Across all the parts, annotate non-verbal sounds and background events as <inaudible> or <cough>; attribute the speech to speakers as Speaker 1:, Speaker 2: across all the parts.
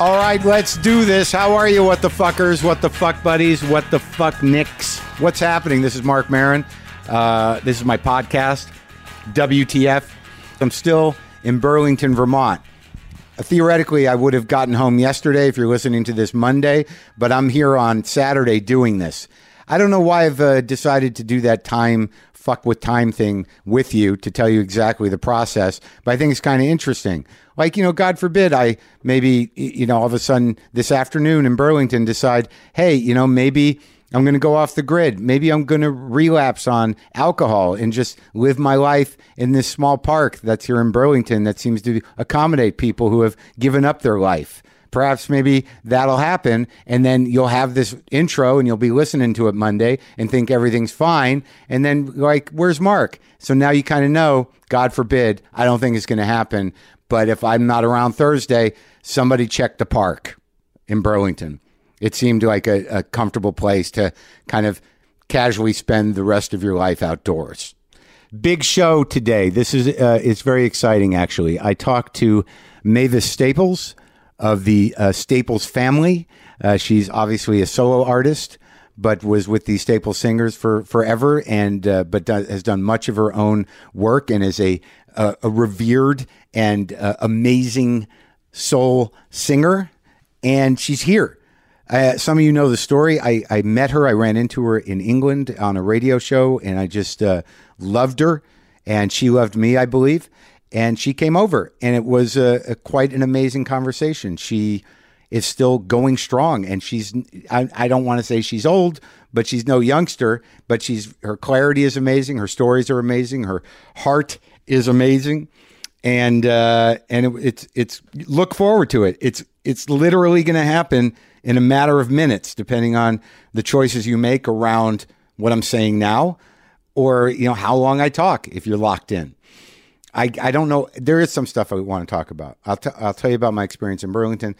Speaker 1: All right, let's do this. How are you, what the fuckers, what the fuck buddies, what the fuck nicks? What's happening? This is Mark Marin. Uh, this is my podcast, WTF. I'm still in Burlington, Vermont. Theoretically, I would have gotten home yesterday if you're listening to this Monday, but I'm here on Saturday doing this. I don't know why I've uh, decided to do that time fuck with time thing with you to tell you exactly the process, but I think it's kind of interesting. Like, you know, God forbid I maybe, y- you know, all of a sudden this afternoon in Burlington decide, hey, you know, maybe I'm going to go off the grid. Maybe I'm going to relapse on alcohol and just live my life in this small park that's here in Burlington that seems to accommodate people who have given up their life. Perhaps maybe that'll happen, and then you'll have this intro, and you'll be listening to it Monday, and think everything's fine, and then like, where's Mark? So now you kind of know. God forbid, I don't think it's going to happen. But if I'm not around Thursday, somebody check the park in Burlington. It seemed like a, a comfortable place to kind of casually spend the rest of your life outdoors. Big show today. This is uh, it's very exciting actually. I talked to Mavis Staples of the uh, Staples family. Uh, she's obviously a solo artist, but was with the Staples Singers for forever, and uh, but do, has done much of her own work and is a a, a revered and uh, amazing soul singer. And she's here. Uh, some of you know the story. I, I met her. I ran into her in England on a radio show, and I just uh, loved her, and she loved me, I believe. And she came over, and it was a, a quite an amazing conversation. She is still going strong, and she's I, I don't want to say she's old, but she's no youngster. But she's her clarity is amazing. Her stories are amazing. Her heart is amazing and uh, and it, it's it's look forward to it. It's it's literally going to happen in a matter of minutes, depending on the choices you make around what I'm saying now, or you know how long I talk if you're locked in. I, I don't know. There is some stuff I want to talk about. I'll, t- I'll tell you about my experience in Burlington.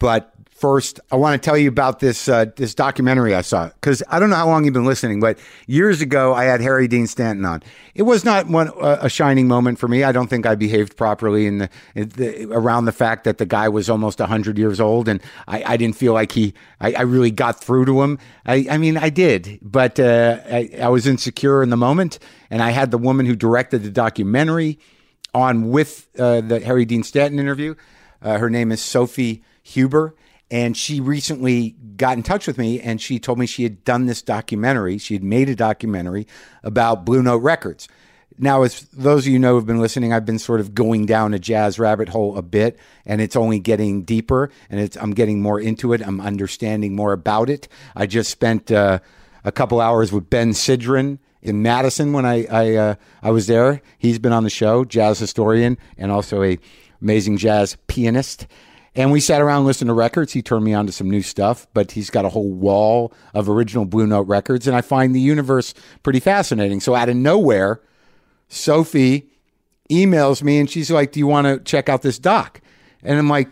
Speaker 1: But first, I want to tell you about this uh, this documentary I saw because I don't know how long you've been listening, but years ago I had Harry Dean Stanton on. It was not one uh, a shining moment for me. I don't think I behaved properly in the, in the around the fact that the guy was almost hundred years old, and I, I didn't feel like he I, I really got through to him. I, I mean I did, but uh, I, I was insecure in the moment, and I had the woman who directed the documentary on with uh, the Harry Dean Stanton interview. Uh, her name is Sophie Huber, and she recently got in touch with me and she told me she had done this documentary. She had made a documentary about Blue Note Records. Now, as those of you know who've been listening, I've been sort of going down a jazz rabbit hole a bit, and it's only getting deeper, and it's I'm getting more into it. I'm understanding more about it. I just spent uh, a couple hours with Ben Sidran in Madison when I I, uh, I was there. He's been on the show, jazz historian, and also a amazing jazz pianist. And we sat around listening to records. He turned me on to some new stuff, but he's got a whole wall of original Blue Note records, and I find the universe pretty fascinating. So out of nowhere, Sophie emails me and she's like, "Do you want to check out this doc?" And I'm like,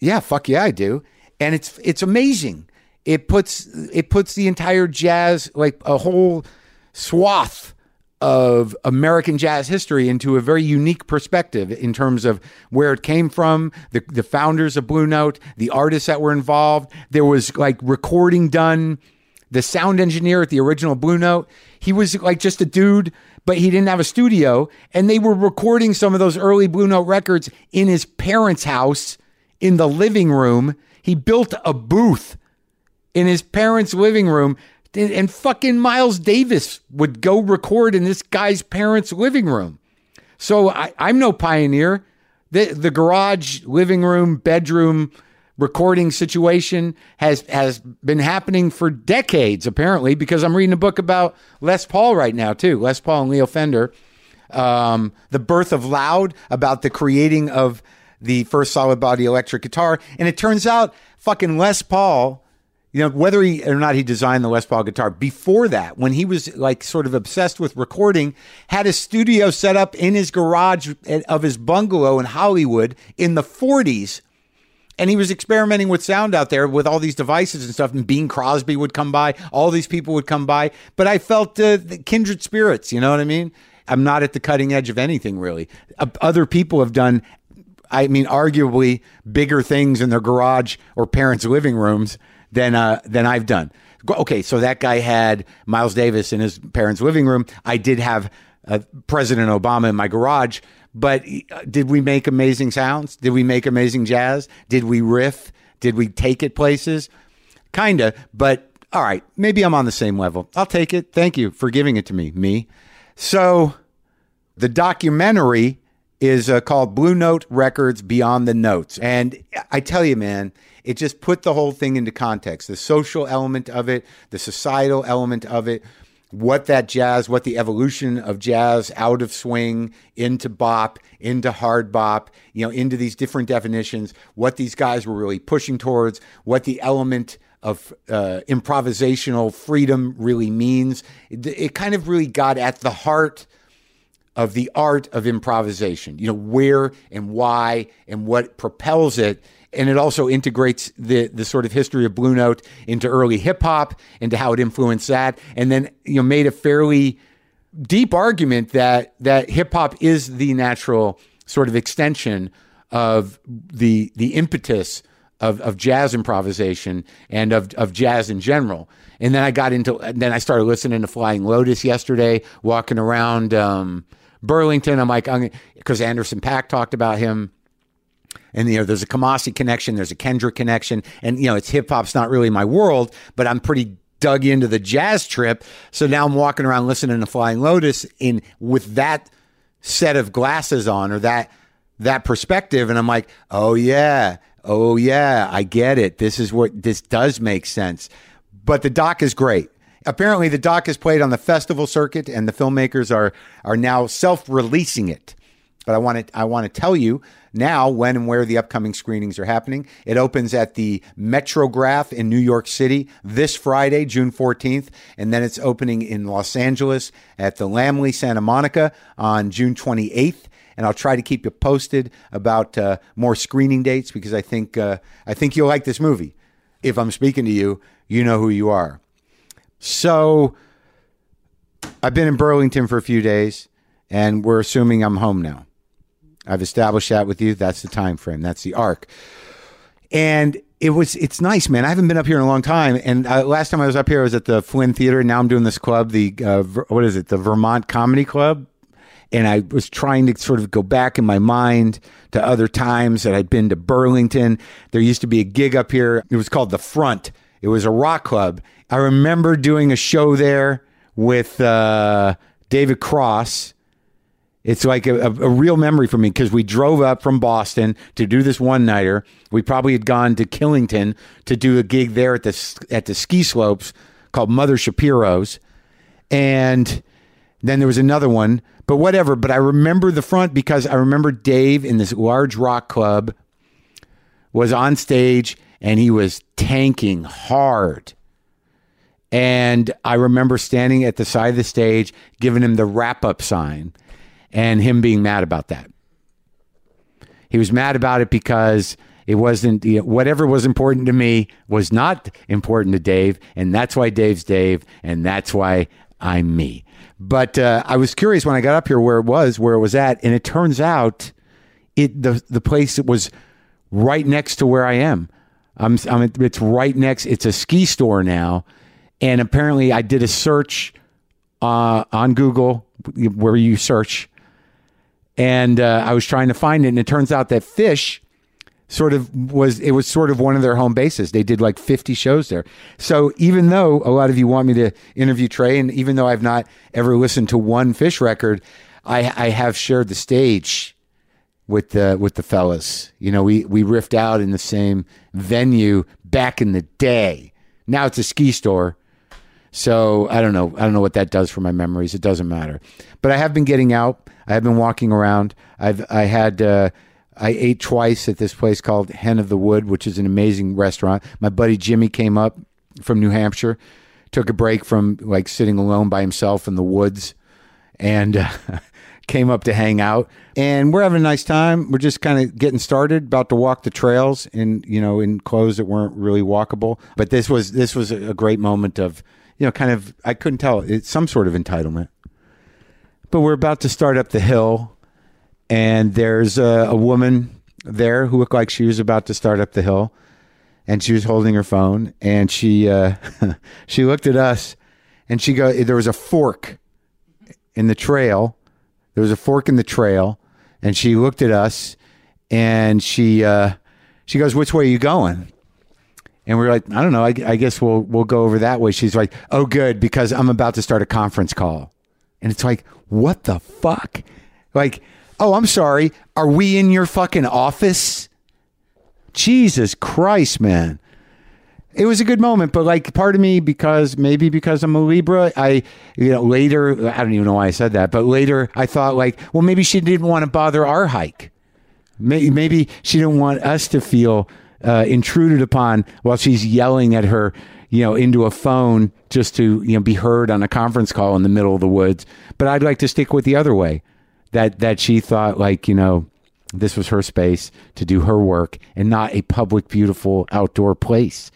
Speaker 1: "Yeah, fuck yeah, I do." And it's it's amazing. It puts it puts the entire jazz like a whole swath of American jazz history into a very unique perspective in terms of where it came from, the, the founders of Blue Note, the artists that were involved. There was like recording done. The sound engineer at the original Blue Note, he was like just a dude, but he didn't have a studio. And they were recording some of those early Blue Note records in his parents' house in the living room. He built a booth in his parents' living room. And and fucking Miles Davis would go record in this guy's parents' living room. So I, I'm no pioneer. The, the garage, living room, bedroom recording situation has has been happening for decades, apparently, because I'm reading a book about Les Paul right now, too. Les Paul and Leo Fender. Um, the birth of loud about the creating of the first solid body electric guitar. And it turns out fucking Les Paul you know, whether he or not he designed the Les Paul guitar, before that, when he was like sort of obsessed with recording, had a studio set up in his garage at- of his bungalow in Hollywood in the 40s. And he was experimenting with sound out there with all these devices and stuff. And Bing Crosby would come by, all these people would come by. But I felt uh, the kindred spirits, you know what I mean? I'm not at the cutting edge of anything really. Uh, other people have done I mean, arguably bigger things in their garage or parents' living rooms than uh, than I've done. Go- Okay, so that guy had Miles Davis in his parents' living room. I did have uh, President Obama in my garage, but uh, did we make amazing sounds? Did we make amazing jazz? Did we riff? Did we take it places? Kinda, but all right, maybe I'm on the same level. I'll take it. Thank you for giving it to me, me. So the documentary is uh, called Blue Note Records Beyond the Notes. And I tell you, man, it just put the whole thing into context the social element of it, the societal element of it, what that jazz, what the evolution of jazz out of swing into bop, into hard bop, you know, into these different definitions, what these guys were really pushing towards, what the element of uh, improvisational freedom really means. It, it kind of really got at the heart of the art of improvisation. You know where and why and what propels it, and it also integrates the the sort of history of Blue Note into early hip hop, into how it influenced that, and then you know made a fairly deep argument that that hip hop is the natural sort of extension of the the impetus of, of jazz improvisation and of, of jazz in general. And then I got into and then I started listening to Flying Lotus yesterday, walking around um, Burlington. I'm like, because Anderson Pack talked about him and you know there's a Kamasi connection, there's a Kendrick connection, and you know it's hip hop's not really my world, but I'm pretty dug into the jazz trip. So now I'm walking around listening to Flying Lotus in with that set of glasses on or that that perspective, and I'm like, oh yeah, oh yeah, I get it. This is what this does make sense. But the doc is great. Apparently, the doc is played on the festival circuit, and the filmmakers are are now self releasing it. But I want to I want to tell you now when and where the upcoming screenings are happening. It opens at the Metrograph in New York City this Friday, June 14th, and then it's opening in Los Angeles at the Lamley Santa Monica on June 28th. And I'll try to keep you posted about uh, more screening dates because I think uh, I think you'll like this movie. If I'm speaking to you, you know who you are. So I've been in Burlington for a few days, and we're assuming I'm home now. I've established that with you. That's the time frame. That's the arc. And it was it's nice, man. I haven't been up here in a long time. And uh, last time I was up here, I was at the Flynn Theater. Now I'm doing this club, the uh, Ver- what is it, the Vermont Comedy Club. And I was trying to sort of go back in my mind to other times that I'd been to Burlington. There used to be a gig up here. It was called the Front. It was a rock club. I remember doing a show there with uh, David Cross. It's like a, a, a real memory for me because we drove up from Boston to do this one nighter. We probably had gone to Killington to do a gig there at the s- at the ski slopes called Mother Shapiro's, and then there was another one. But whatever. But I remember the front because I remember Dave in this large rock club was on stage and he was tanking hard. And I remember standing at the side of the stage, giving him the wrap up sign, and him being mad about that. He was mad about it because it wasn't you know, whatever was important to me was not important to Dave, and that's why Dave's Dave, and that's why I'm me. But uh, I was curious when I got up here where it was, where it was at, and it turns out it the the place that was right next to where I am. I'm, I'm it's right next. It's a ski store now, and apparently I did a search uh, on Google where you search, and uh, I was trying to find it, and it turns out that fish sort of was it was sort of one of their home bases. They did like 50 shows there. So even though a lot of you want me to interview Trey, and even though I've not ever listened to one fish record, I, I have shared the stage with the with the fellas. You know, we we riffed out in the same venue back in the day. Now it's a ski store. So I don't know. I don't know what that does for my memories. It doesn't matter. But I have been getting out. I have been walking around. I've I had uh, I ate twice at this place called Hen of the Wood, which is an amazing restaurant. My buddy Jimmy came up from New Hampshire, took a break from like sitting alone by himself in the woods, and uh, <laughs> came up to hang out. And we're having a nice time. We're just kind of getting started, about to walk the trails in you know in clothes that weren't really walkable. But this was this was a great moment of you know kind of I couldn't tell it's some sort of entitlement. But we're about to start up the hill, and there's a, a woman there who looked like she was about to start up the hill, and she was holding her phone, and she uh, <laughs> she looked at us, and she go. There was a fork in the trail. There was a fork in the trail, and she looked at us, and she uh, she goes, "Which way are you going?" And we are like, "I don't know. I, I guess we'll we'll go over that way." She's like, "Oh, good, because I'm about to start a conference call." And it's like, "What the fuck?" Like, "Oh, I'm sorry. Are we in your fucking office?" Jesus Christ, man it was a good moment, but like part of me, because maybe because I'm a Libra, I, you know, later, I don't even know why I said that, but later I thought like, well, maybe she didn't want to bother our hike. Maybe, maybe she didn't want us to feel uh, intruded upon while she's yelling at her, you know, into a phone just to, you know, be heard on a conference call in the middle of the woods. But I'd like to stick with the other way that, that she thought like, you know, this was her space to do her work and not a public, beautiful outdoor place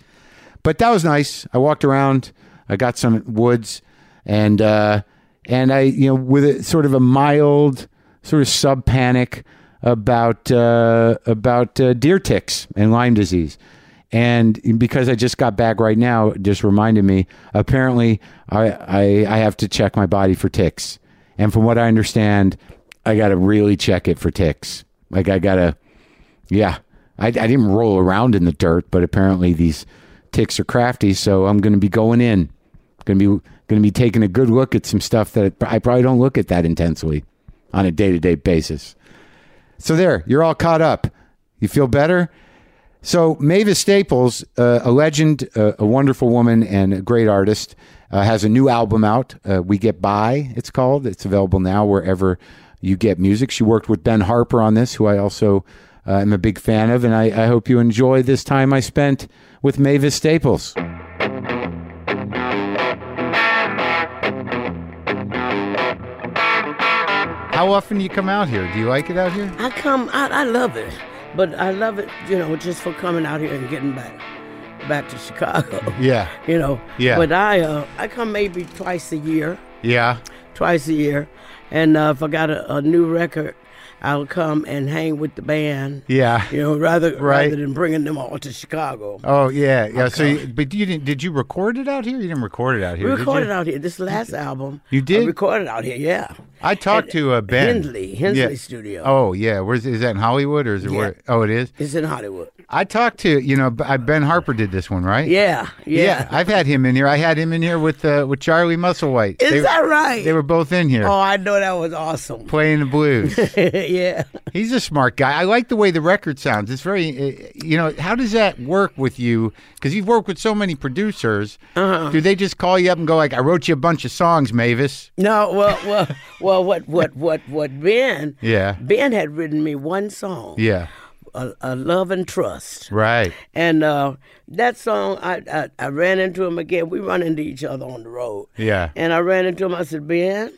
Speaker 1: but that was nice. I walked around. I got some woods, and uh, and I you know with a, sort of a mild sort of sub panic about uh, about uh, deer ticks and Lyme disease, and because I just got back right now, it just reminded me. Apparently, I I, I have to check my body for ticks, and from what I understand, I got to really check it for ticks. Like I gotta, yeah. I, I didn't roll around in the dirt, but apparently these ticks are crafty, so I'm going to be going in. Going to be going to be taking a good look at some stuff that I probably don't look at that intensely on a day-to-day basis. So there, you're all caught up. You feel better? So Mavis Staples, uh, a legend, uh, a wonderful woman, and a great artist, uh, has a new album out. Uh, we Get By, it's called. It's available now wherever you get music. She worked with Ben Harper on this, who I also uh, am a big fan of, and I, I hope you enjoy this time I spent with Mavis Staples. How often do you come out here? Do you like it out here?
Speaker 2: I come, I, I love it, but I love it, you know, just for coming out here and getting back, back to Chicago.
Speaker 1: <laughs> Yeah.
Speaker 2: You know.
Speaker 1: Yeah.
Speaker 2: But I, uh, I come maybe twice a year,
Speaker 1: Yeah.
Speaker 2: twice a year, and uh, if I got a, a new record, I'll come and hang with the band.
Speaker 1: Yeah.
Speaker 2: You know, rather
Speaker 1: Right.
Speaker 2: rather than bringing them all to Chicago.
Speaker 1: Oh yeah, yeah. So, you, but you didn't? Did you record it out here? You didn't record it out here.
Speaker 2: We
Speaker 1: did
Speaker 2: recorded
Speaker 1: you?
Speaker 2: out here. This last album.
Speaker 1: You
Speaker 2: I
Speaker 1: did?
Speaker 2: recorded out here, yeah.
Speaker 1: I talked
Speaker 2: At
Speaker 1: to uh, Ben
Speaker 2: Hensley, Hensley
Speaker 1: Yeah.
Speaker 2: Studio.
Speaker 1: Oh yeah, where's is that in Hollywood or is it
Speaker 2: Yeah.
Speaker 1: where? Oh, it is.
Speaker 2: It's in Hollywood.
Speaker 1: I talked to you know B- I- Ben Harper did this one right.
Speaker 2: Yeah, yeah.
Speaker 1: I've had him in here. I had him in here with uh, with Charlie Musselwhite.
Speaker 2: Is
Speaker 1: they,
Speaker 2: that right?
Speaker 1: They were both in here
Speaker 2: oh, I know that was awesome.
Speaker 1: playing the
Speaker 2: <laughs>
Speaker 1: blues.
Speaker 2: yeah.
Speaker 1: He's a smart guy. I like the way the record sounds. It's very, uh, you know, how does that work with you? Because you've worked with so many producers.
Speaker 2: Uh-huh.
Speaker 1: Do they just call you up and go like, "I wrote you a bunch of songs, Mavis"?
Speaker 2: No, well, well, well, what, what, what, what, Ben?
Speaker 1: Yeah.
Speaker 2: Ben had written me one song,
Speaker 1: Yeah.
Speaker 2: a, a love and trust,
Speaker 1: Right.
Speaker 2: and uh, that song I, I I ran into him again. We run into each other on the road.
Speaker 1: Yeah.
Speaker 2: And I ran into him. I said, Ben,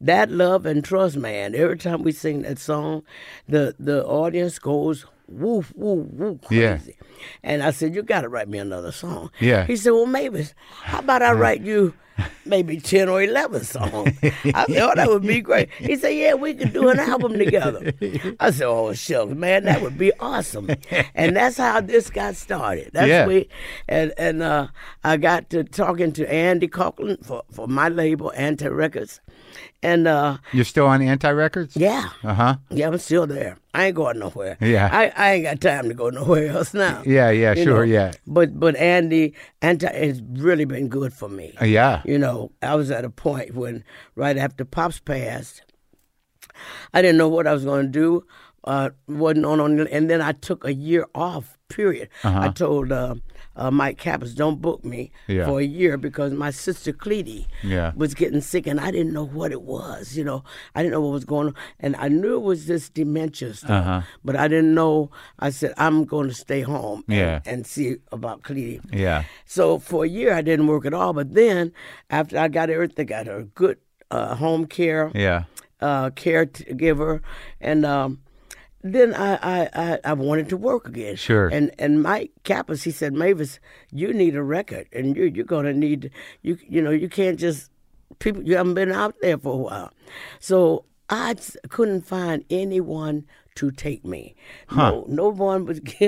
Speaker 2: that love and trust, man. Every time we sing that song, the the audience goes woof woof woof
Speaker 1: Yeah.
Speaker 2: crazy. And I said, you got to write me another song.
Speaker 1: Yeah.
Speaker 2: He said, well, Mavis, how
Speaker 1: <laughs>
Speaker 2: about I write you maybe ten or eleven songs? I said, oh, that would be great. He said, yeah, we could do an album together. I said, oh shucks, man, that would be awesome. And that's how this got started. That's
Speaker 1: Yeah.
Speaker 2: where and and uh, I got to talking to Andy Coughlin for, for my label Anti Records, and uh,
Speaker 1: You're still on Anti Records?
Speaker 2: yeah,
Speaker 1: Uh huh.
Speaker 2: yeah, I'm still there. I ain't going nowhere.
Speaker 1: Yeah.
Speaker 2: I, I ain't got time to go nowhere else now.
Speaker 1: Yeah. Yeah.
Speaker 2: You
Speaker 1: Sure.
Speaker 2: know,
Speaker 1: Yeah.
Speaker 2: But but Andy Anti has really been good for me.
Speaker 1: Uh, yeah.
Speaker 2: You know, I was at a point when right after Pops passed, I didn't know what I was going to do. Uh, wasn't on on, and then I took a year off. Period.
Speaker 1: Uh-huh.
Speaker 2: I told uh, uh, Mike Kappas, don't book me
Speaker 1: Yeah.
Speaker 2: for a year because my sister Cleety
Speaker 1: Yeah.
Speaker 2: was getting sick, and I didn't know what it was. You know, I didn't know what was going on, and I knew it was this dementia stuff,
Speaker 1: Uh-huh.
Speaker 2: but I didn't know. I said I'm going to stay home and-
Speaker 1: Yeah.
Speaker 2: and, see about Cleety.
Speaker 1: Yeah.
Speaker 2: So for a year I didn't work at all, but then after I got everything, I got her good uh, home care
Speaker 1: Yeah.
Speaker 2: uh, caregiver, and um, then I, I, I, I wanted to work again.
Speaker 1: Sure.
Speaker 2: And and Mike Kappas, he said, Mavis, you need a record, and you you're gonna need you you know you can't just people you haven't been out there for a while, so I s- couldn't find anyone to take me. No, no one was. <laughs>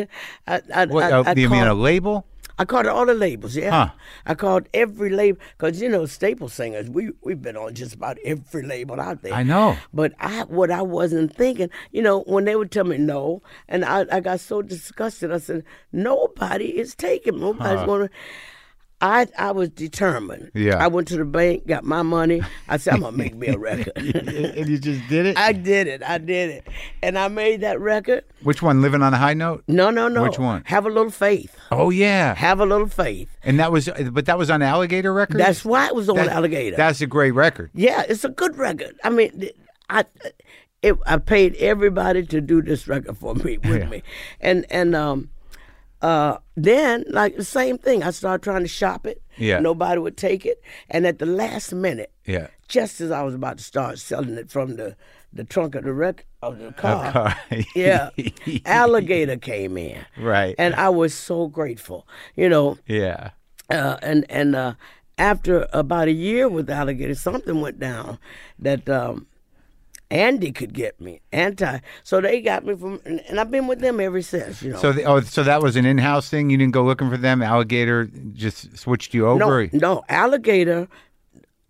Speaker 2: I, I,
Speaker 1: What,
Speaker 2: I,
Speaker 1: uh,
Speaker 2: I
Speaker 1: do you mean
Speaker 2: called-
Speaker 1: a label?
Speaker 2: I called all the labels, yeah.
Speaker 1: Huh.
Speaker 2: I called every label because you know staple singers. We we've been on just about every label out there.
Speaker 1: I
Speaker 2: <laughs>
Speaker 1: know.
Speaker 2: But I what I wasn't thinking, you know, when they would tell me no, and I, I got so disgusted. I said nobody is taking. Nobody's going to. I I was determined.
Speaker 1: Yeah.
Speaker 2: I went to the bank, got my money. I said I'm gonna
Speaker 1: <laughs>
Speaker 2: make me a record.
Speaker 1: and you just did it.
Speaker 2: <laughs> I did it. I did it, and I made that record.
Speaker 1: Which one? Living on a high note.
Speaker 2: No, no, no.
Speaker 1: Which one?
Speaker 2: Have a little faith.
Speaker 1: Oh yeah.
Speaker 2: Have a little faith.
Speaker 1: And that was, but that was on Alligator Records.
Speaker 2: That's why it was on
Speaker 1: That-
Speaker 2: Alligator.
Speaker 1: That's a great record.
Speaker 2: Yeah, it's a good record. I mean, th- I it, I paid everybody to do this record for me with me, and and um, uh, then like the same thing. I started trying to shop it.
Speaker 1: Yeah.
Speaker 2: nobody would take it, and at the last minute,
Speaker 1: Yeah. <laughs>
Speaker 2: just as I was about to start selling it from the the trunk of the record of the car,
Speaker 1: <laughs>
Speaker 2: yeah, alligator came in.
Speaker 1: Right.
Speaker 2: and I was so grateful. You know,
Speaker 1: yeah.
Speaker 2: uh, and and uh, after about a year with alligator, something went down that um, Andy could get me anti. So they got me from, and, and I've been with them ever since. You know,
Speaker 1: So, the, oh, so that was an in-house thing. You didn't go looking for them. Alligator just switched you
Speaker 2: no,
Speaker 1: over,
Speaker 2: no alligator.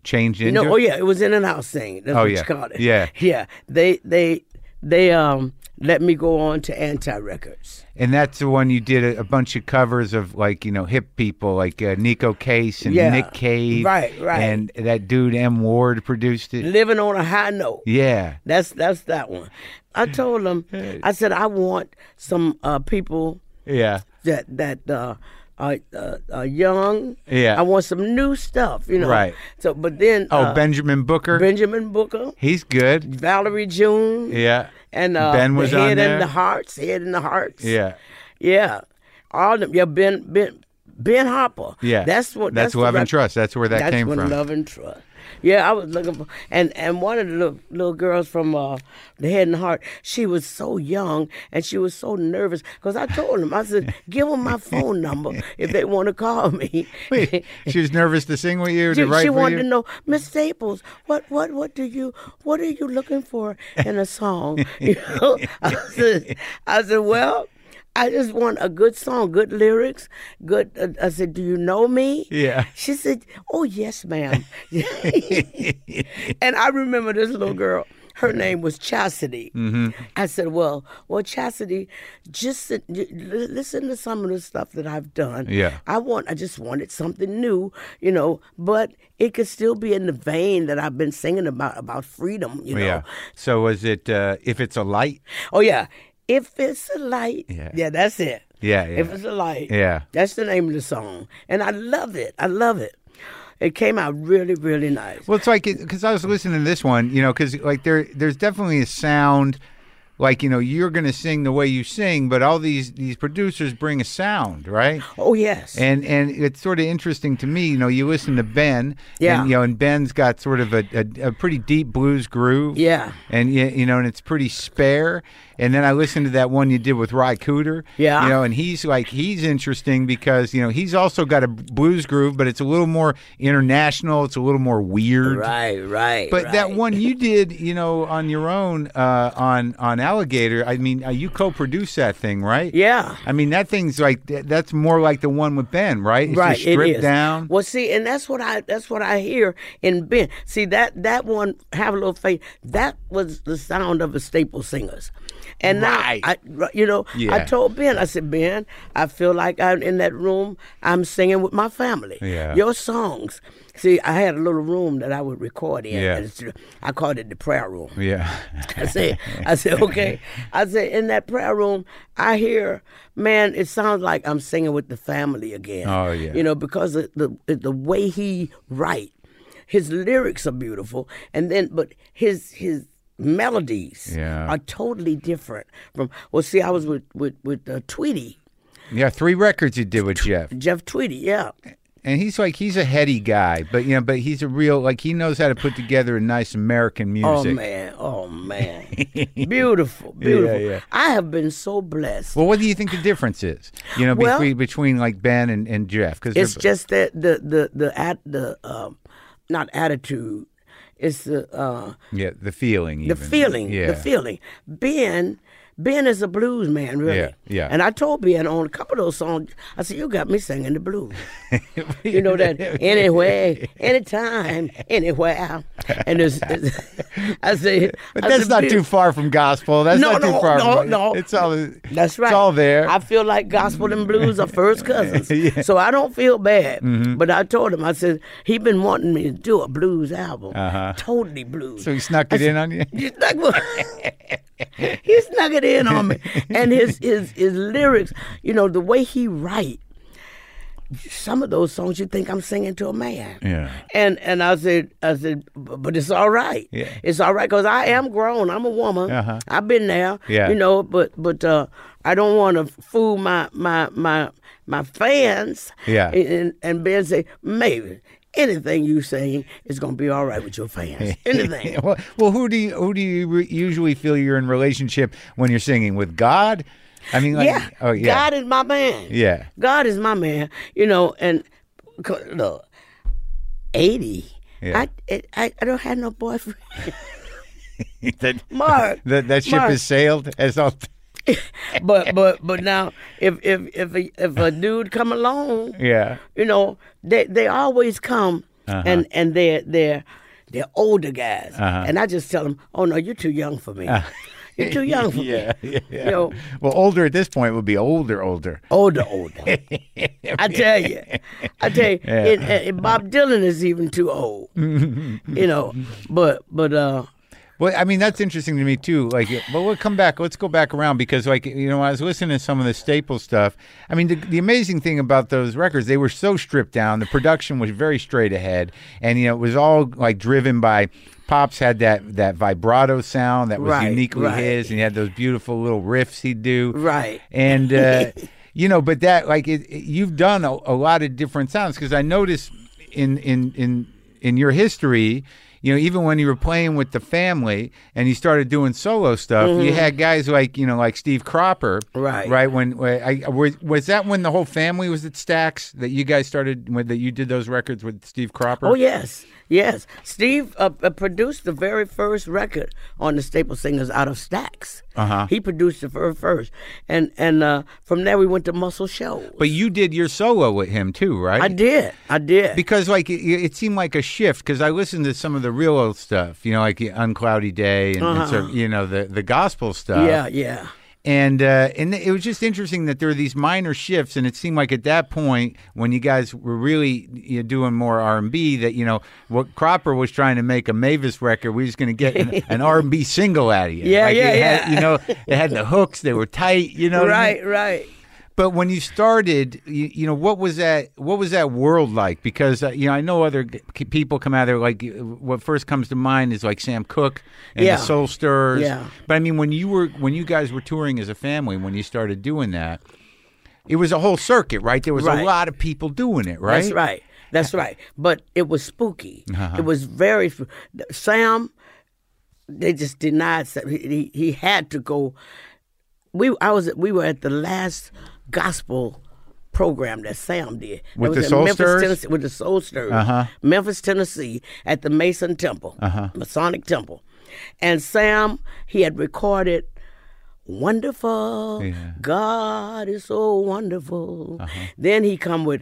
Speaker 1: changed into.
Speaker 2: No, oh yeah, it was in and out thing. That's
Speaker 1: Oh,
Speaker 2: what
Speaker 1: yeah.
Speaker 2: you called it.
Speaker 1: Yeah.
Speaker 2: yeah. They they they um let me go on to anti records.
Speaker 1: And that's the one you did a, a bunch of covers of like you know hip people like uh, Nico Case and
Speaker 2: Yeah.
Speaker 1: Nick Cave,
Speaker 2: Right, right.
Speaker 1: And that dude M Ward produced it.
Speaker 2: Living on a high note.
Speaker 1: Yeah,
Speaker 2: That's that's that one. I told them. I said I want some uh, people
Speaker 1: yeah.
Speaker 2: that that uh, are, uh, are young.
Speaker 1: Yeah.
Speaker 2: I want some new stuff, you know.
Speaker 1: Right.
Speaker 2: So, but then
Speaker 1: Oh,
Speaker 2: uh,
Speaker 1: Benjamin Booker,
Speaker 2: Benjamin Booker,
Speaker 1: he's good.
Speaker 2: Valerie June,
Speaker 1: Yeah,
Speaker 2: and uh,
Speaker 1: Ben was
Speaker 2: the
Speaker 1: on
Speaker 2: Head
Speaker 1: there.
Speaker 2: and the Hearts, Head and the Hearts.
Speaker 1: yeah.
Speaker 2: yeah. All them. Yeah, Ben Ben Ben Harper.
Speaker 1: Yeah,
Speaker 2: that's what.
Speaker 1: That's,
Speaker 2: the
Speaker 1: love and
Speaker 2: rec-
Speaker 1: trust. That's where that
Speaker 2: That's
Speaker 1: came
Speaker 2: when
Speaker 1: from.
Speaker 2: love and trust. Yeah, I was looking for, and and one of the little, little girls from uh, the Head and Heart, she was so young and she was so nervous because I told them, I said, give them my phone number if they want to call me. <laughs>
Speaker 1: Wait, she was nervous to sing with you, to
Speaker 2: She,
Speaker 1: write
Speaker 2: she
Speaker 1: for
Speaker 2: wanted
Speaker 1: you?
Speaker 2: to know, Miss Staples, what, what, what do you, what are you looking for in a song? <laughs> You know, I said, I said, well, I just want a good song, good lyrics, good. Uh, I said, do you know me?
Speaker 1: Yeah.
Speaker 2: She said, oh yes, ma'am. <laughs> and I remember this little girl. Her name was Chastity.
Speaker 1: Mm-hmm.
Speaker 2: I said, "Well, well, Chastity, just sit- li- listen to some of the stuff that I've done.
Speaker 1: Yeah.
Speaker 2: I want I just wanted something new, you know, but it could still be in the vein that I've been singing about about freedom, you know.
Speaker 1: Yeah. So was it uh, if it's a light?
Speaker 2: Oh yeah. If it's a light.
Speaker 1: Yeah.
Speaker 2: that's it.
Speaker 1: Yeah, yeah.
Speaker 2: If it's a light.
Speaker 1: Yeah.
Speaker 2: That's the name of the song. And I love it. I love it. It came out really, really nice.
Speaker 1: Well, it's like because I was listening to this one, you know, because like there, there's definitely a sound, like you know, you're going to sing the way you sing, but all these these producers bring a sound, right?
Speaker 2: Oh yes.
Speaker 1: And and it's sort of interesting to me, you know, you listen to Ben,
Speaker 2: Yeah.
Speaker 1: and you know, and Ben's got sort of a, a, a pretty deep blues groove,
Speaker 2: Yeah.
Speaker 1: and y- you know, and it's pretty spare. And then I listened to that one you did with Ry Cooter,
Speaker 2: Yeah.
Speaker 1: you know, and he's like he's interesting because you know he's also got a blues groove, but it's a little more international, it's a little more weird,
Speaker 2: right, right.
Speaker 1: but that
Speaker 2: right.
Speaker 1: one you did, you know, on your own uh, on on Alligator. I mean, uh, you co-produced that thing, right?
Speaker 2: Yeah.
Speaker 1: I mean, that thing's like th- that's more like the one with Ben, right? It's
Speaker 2: right,
Speaker 1: just
Speaker 2: it
Speaker 1: stripped
Speaker 2: is.
Speaker 1: down.
Speaker 2: Well, see, and that's what I that's what I hear in Ben. See that that one have a little faith. That was the sound of the staple singers, and
Speaker 1: Right.
Speaker 2: now I, right, you know, I
Speaker 1: Yeah.
Speaker 2: told Ben, I said, Ben, I feel like I'm in that room. I'm singing with my family.
Speaker 1: Yeah.
Speaker 2: Your songs. See, I had a little room that I would record in.
Speaker 1: Yeah.
Speaker 2: and it's- I called it the prayer room.
Speaker 1: Yeah,
Speaker 2: I said, I said, okay. I said, in that prayer room, I hear, man, it sounds like I'm singing with the family again.
Speaker 1: Oh, yeah.
Speaker 2: You know, because of the the way he write, his lyrics are beautiful, and then but his his melodies
Speaker 1: Yeah.
Speaker 2: are totally different from. Well, see, I was with with with uh, Tweety,
Speaker 1: yeah. Three records you did with Jeff,
Speaker 2: Jeff Tweety, yeah.
Speaker 1: and he's like he's a heady guy, but you know, but he's a real like he knows how to put together a nice American
Speaker 2: Oh
Speaker 1: music.
Speaker 2: man, oh man,
Speaker 1: <laughs>
Speaker 2: beautiful, beautiful.
Speaker 1: yeah.
Speaker 2: I have been so blessed.
Speaker 1: Well, what do you think the difference is? You know,
Speaker 2: Well-
Speaker 1: between between like Ben and, and Jeff, because
Speaker 2: It's just that the the the at the um, not attitude. It's the uh,
Speaker 1: Yeah, the feeling.
Speaker 2: the
Speaker 1: even.
Speaker 2: feeling,
Speaker 1: Yeah.
Speaker 2: the feeling. Ben, Ben is a blues man, really.
Speaker 1: Yeah, yeah.
Speaker 2: And I told Ben on a couple of those songs, I said, "You got me singing
Speaker 1: <laughs>
Speaker 2: the blues." you know that anywhere, anytime, anywhere. And it's, it's, <laughs> I said,
Speaker 1: But that's not too far from gospel. That's
Speaker 2: No,
Speaker 1: not too
Speaker 2: no,
Speaker 1: far.
Speaker 2: no,
Speaker 1: from,
Speaker 2: no.
Speaker 1: It's all.
Speaker 2: That's right.
Speaker 1: It's all there.
Speaker 2: I feel like gospel and blues are first
Speaker 1: <laughs>
Speaker 2: cousins, so I don't feel bad.
Speaker 1: Mm-hmm.
Speaker 2: But I told him, I said he been wanting me to do a blues album,
Speaker 1: Uh-huh.
Speaker 2: totally blues.
Speaker 1: so he snuck it in on you.
Speaker 2: He snuck, <laughs> he snuck it in on me. And his, his his lyrics, you know, the way he write, some of those songs you think I'm singing to a man.
Speaker 1: Yeah.
Speaker 2: And and I said I said, "B- but it's all right.
Speaker 1: Yeah.
Speaker 2: It's all right because I am grown. I'm a woman.
Speaker 1: Uh-huh.
Speaker 2: I've been there.
Speaker 1: Yeah.
Speaker 2: You know, but but uh, I don't want to fool my my my my fans.
Speaker 1: Yeah.
Speaker 2: And and Ben say maybe. Anything you saying is gonna be all right with your fans. <laughs>
Speaker 1: <laughs>
Speaker 2: Anything.
Speaker 1: well, well, who do you who do you re- usually feel you're in relationship when you're singing with God? I mean, like,
Speaker 2: yeah.
Speaker 1: oh yeah,
Speaker 2: God is my man.
Speaker 1: yeah,
Speaker 2: God is my man. You know, and c- look, eighty.
Speaker 1: Yeah.
Speaker 2: I, it- I I don't have no boyfriend.
Speaker 1: <laughs>
Speaker 2: <laughs>
Speaker 1: that, <laughs>
Speaker 2: Mark.
Speaker 1: that that ship
Speaker 2: Mark.
Speaker 1: has sailed. As all, <laughs>
Speaker 2: but but but now if if if a, if a dude come along,
Speaker 1: yeah,
Speaker 2: you know they they always come
Speaker 1: Uh-huh.
Speaker 2: and and they're they're they're older guys, and I just tell them, oh no, you're too young for me. You're too young for
Speaker 1: Uh-huh. yeah,
Speaker 2: me.
Speaker 1: yeah.
Speaker 2: You know,
Speaker 1: well, older at this point would be older, older.
Speaker 2: older, older. I tell you, I tell you,
Speaker 1: Yeah.
Speaker 2: and, and Bob Dylan is even too old. you know, but but uh,
Speaker 1: Well, I mean, that's interesting to me too. Like, but we'll come back. Let's go back around because, like, you know, I was listening to some of the staple stuff. I mean, the, the amazing thing about those records, they were so stripped down. The production was very straight ahead, and you know, it was all like driven by. Pops had that that vibrato sound that was
Speaker 2: Right,
Speaker 1: uniquely
Speaker 2: right.
Speaker 1: his, and he had those beautiful little riffs he'd do.
Speaker 2: Right.
Speaker 1: and.
Speaker 2: <laughs>
Speaker 1: Uh, You know, but that like it, it- you've done a, a lot of different sounds because I noticed in in in in your history, you know, even when you were playing with the family and you started doing solo stuff, you had guys like you know like Steve Cropper,
Speaker 2: Mm-hmm. Right.
Speaker 1: Right when when I was was that when the whole family was at Stax that you guys started when that you did those records with Steve Cropper?
Speaker 2: oh yes, yes. Steve uh, uh, produced the very first record on the Staple Singers out of Stax. Uh-huh. He produced the very first, and and uh, from there we went to Muscle Shoals.
Speaker 1: But you did your solo with him too, right?
Speaker 2: I did, I did.
Speaker 1: because like it, it seemed like a shift because I listened to some of the real old stuff, you know, like the Uncloudy Day and, and sort of, you know the the gospel stuff.
Speaker 2: Uh-huh. yeah, yeah.
Speaker 1: and uh, and it was just interesting that there were these minor shifts, and it seemed like at that point when you guys were really you know, doing more R and B, that you know what Cropper was trying to make a Mavis record, we was going to get an, an R and B single out of you.
Speaker 2: <laughs> Yeah,
Speaker 1: Like,
Speaker 2: yeah,
Speaker 1: it had-
Speaker 2: yeah.
Speaker 1: You know, it had the hooks; they were tight. You know, what I mean?
Speaker 2: Right, right.
Speaker 1: But when you started, you, you know what was that? What was that world like? Because uh, you know, I know other g- people come out there. Like uh, what first comes to mind is like Sam Cooke and
Speaker 2: Yeah.
Speaker 1: the Soul Stirrers.
Speaker 2: Yeah.
Speaker 1: But I mean, when you were when you guys were touring as a family, when you started doing that, it was a whole circuit, right? There was a
Speaker 2: Right.
Speaker 1: lot of people doing it, right? Uh-huh.
Speaker 2: That's right. That's right. But it was spooky. It was very sp- Sam. They just denied Sam. He, he he had to go. We I was we were at the last gospel program that Sam did That
Speaker 1: With
Speaker 2: was
Speaker 1: the Uh-huh.
Speaker 2: in
Speaker 1: Soul
Speaker 2: Memphis,
Speaker 1: Stirrers?
Speaker 2: Tennessee, with the Soul Stirrers, Memphis, Tennessee, at the Mason Temple,
Speaker 1: Uh-huh.
Speaker 2: Masonic Temple, and Sam he had recorded wonderful
Speaker 1: Yeah. Uh-huh.
Speaker 2: god is so wonderful then he come with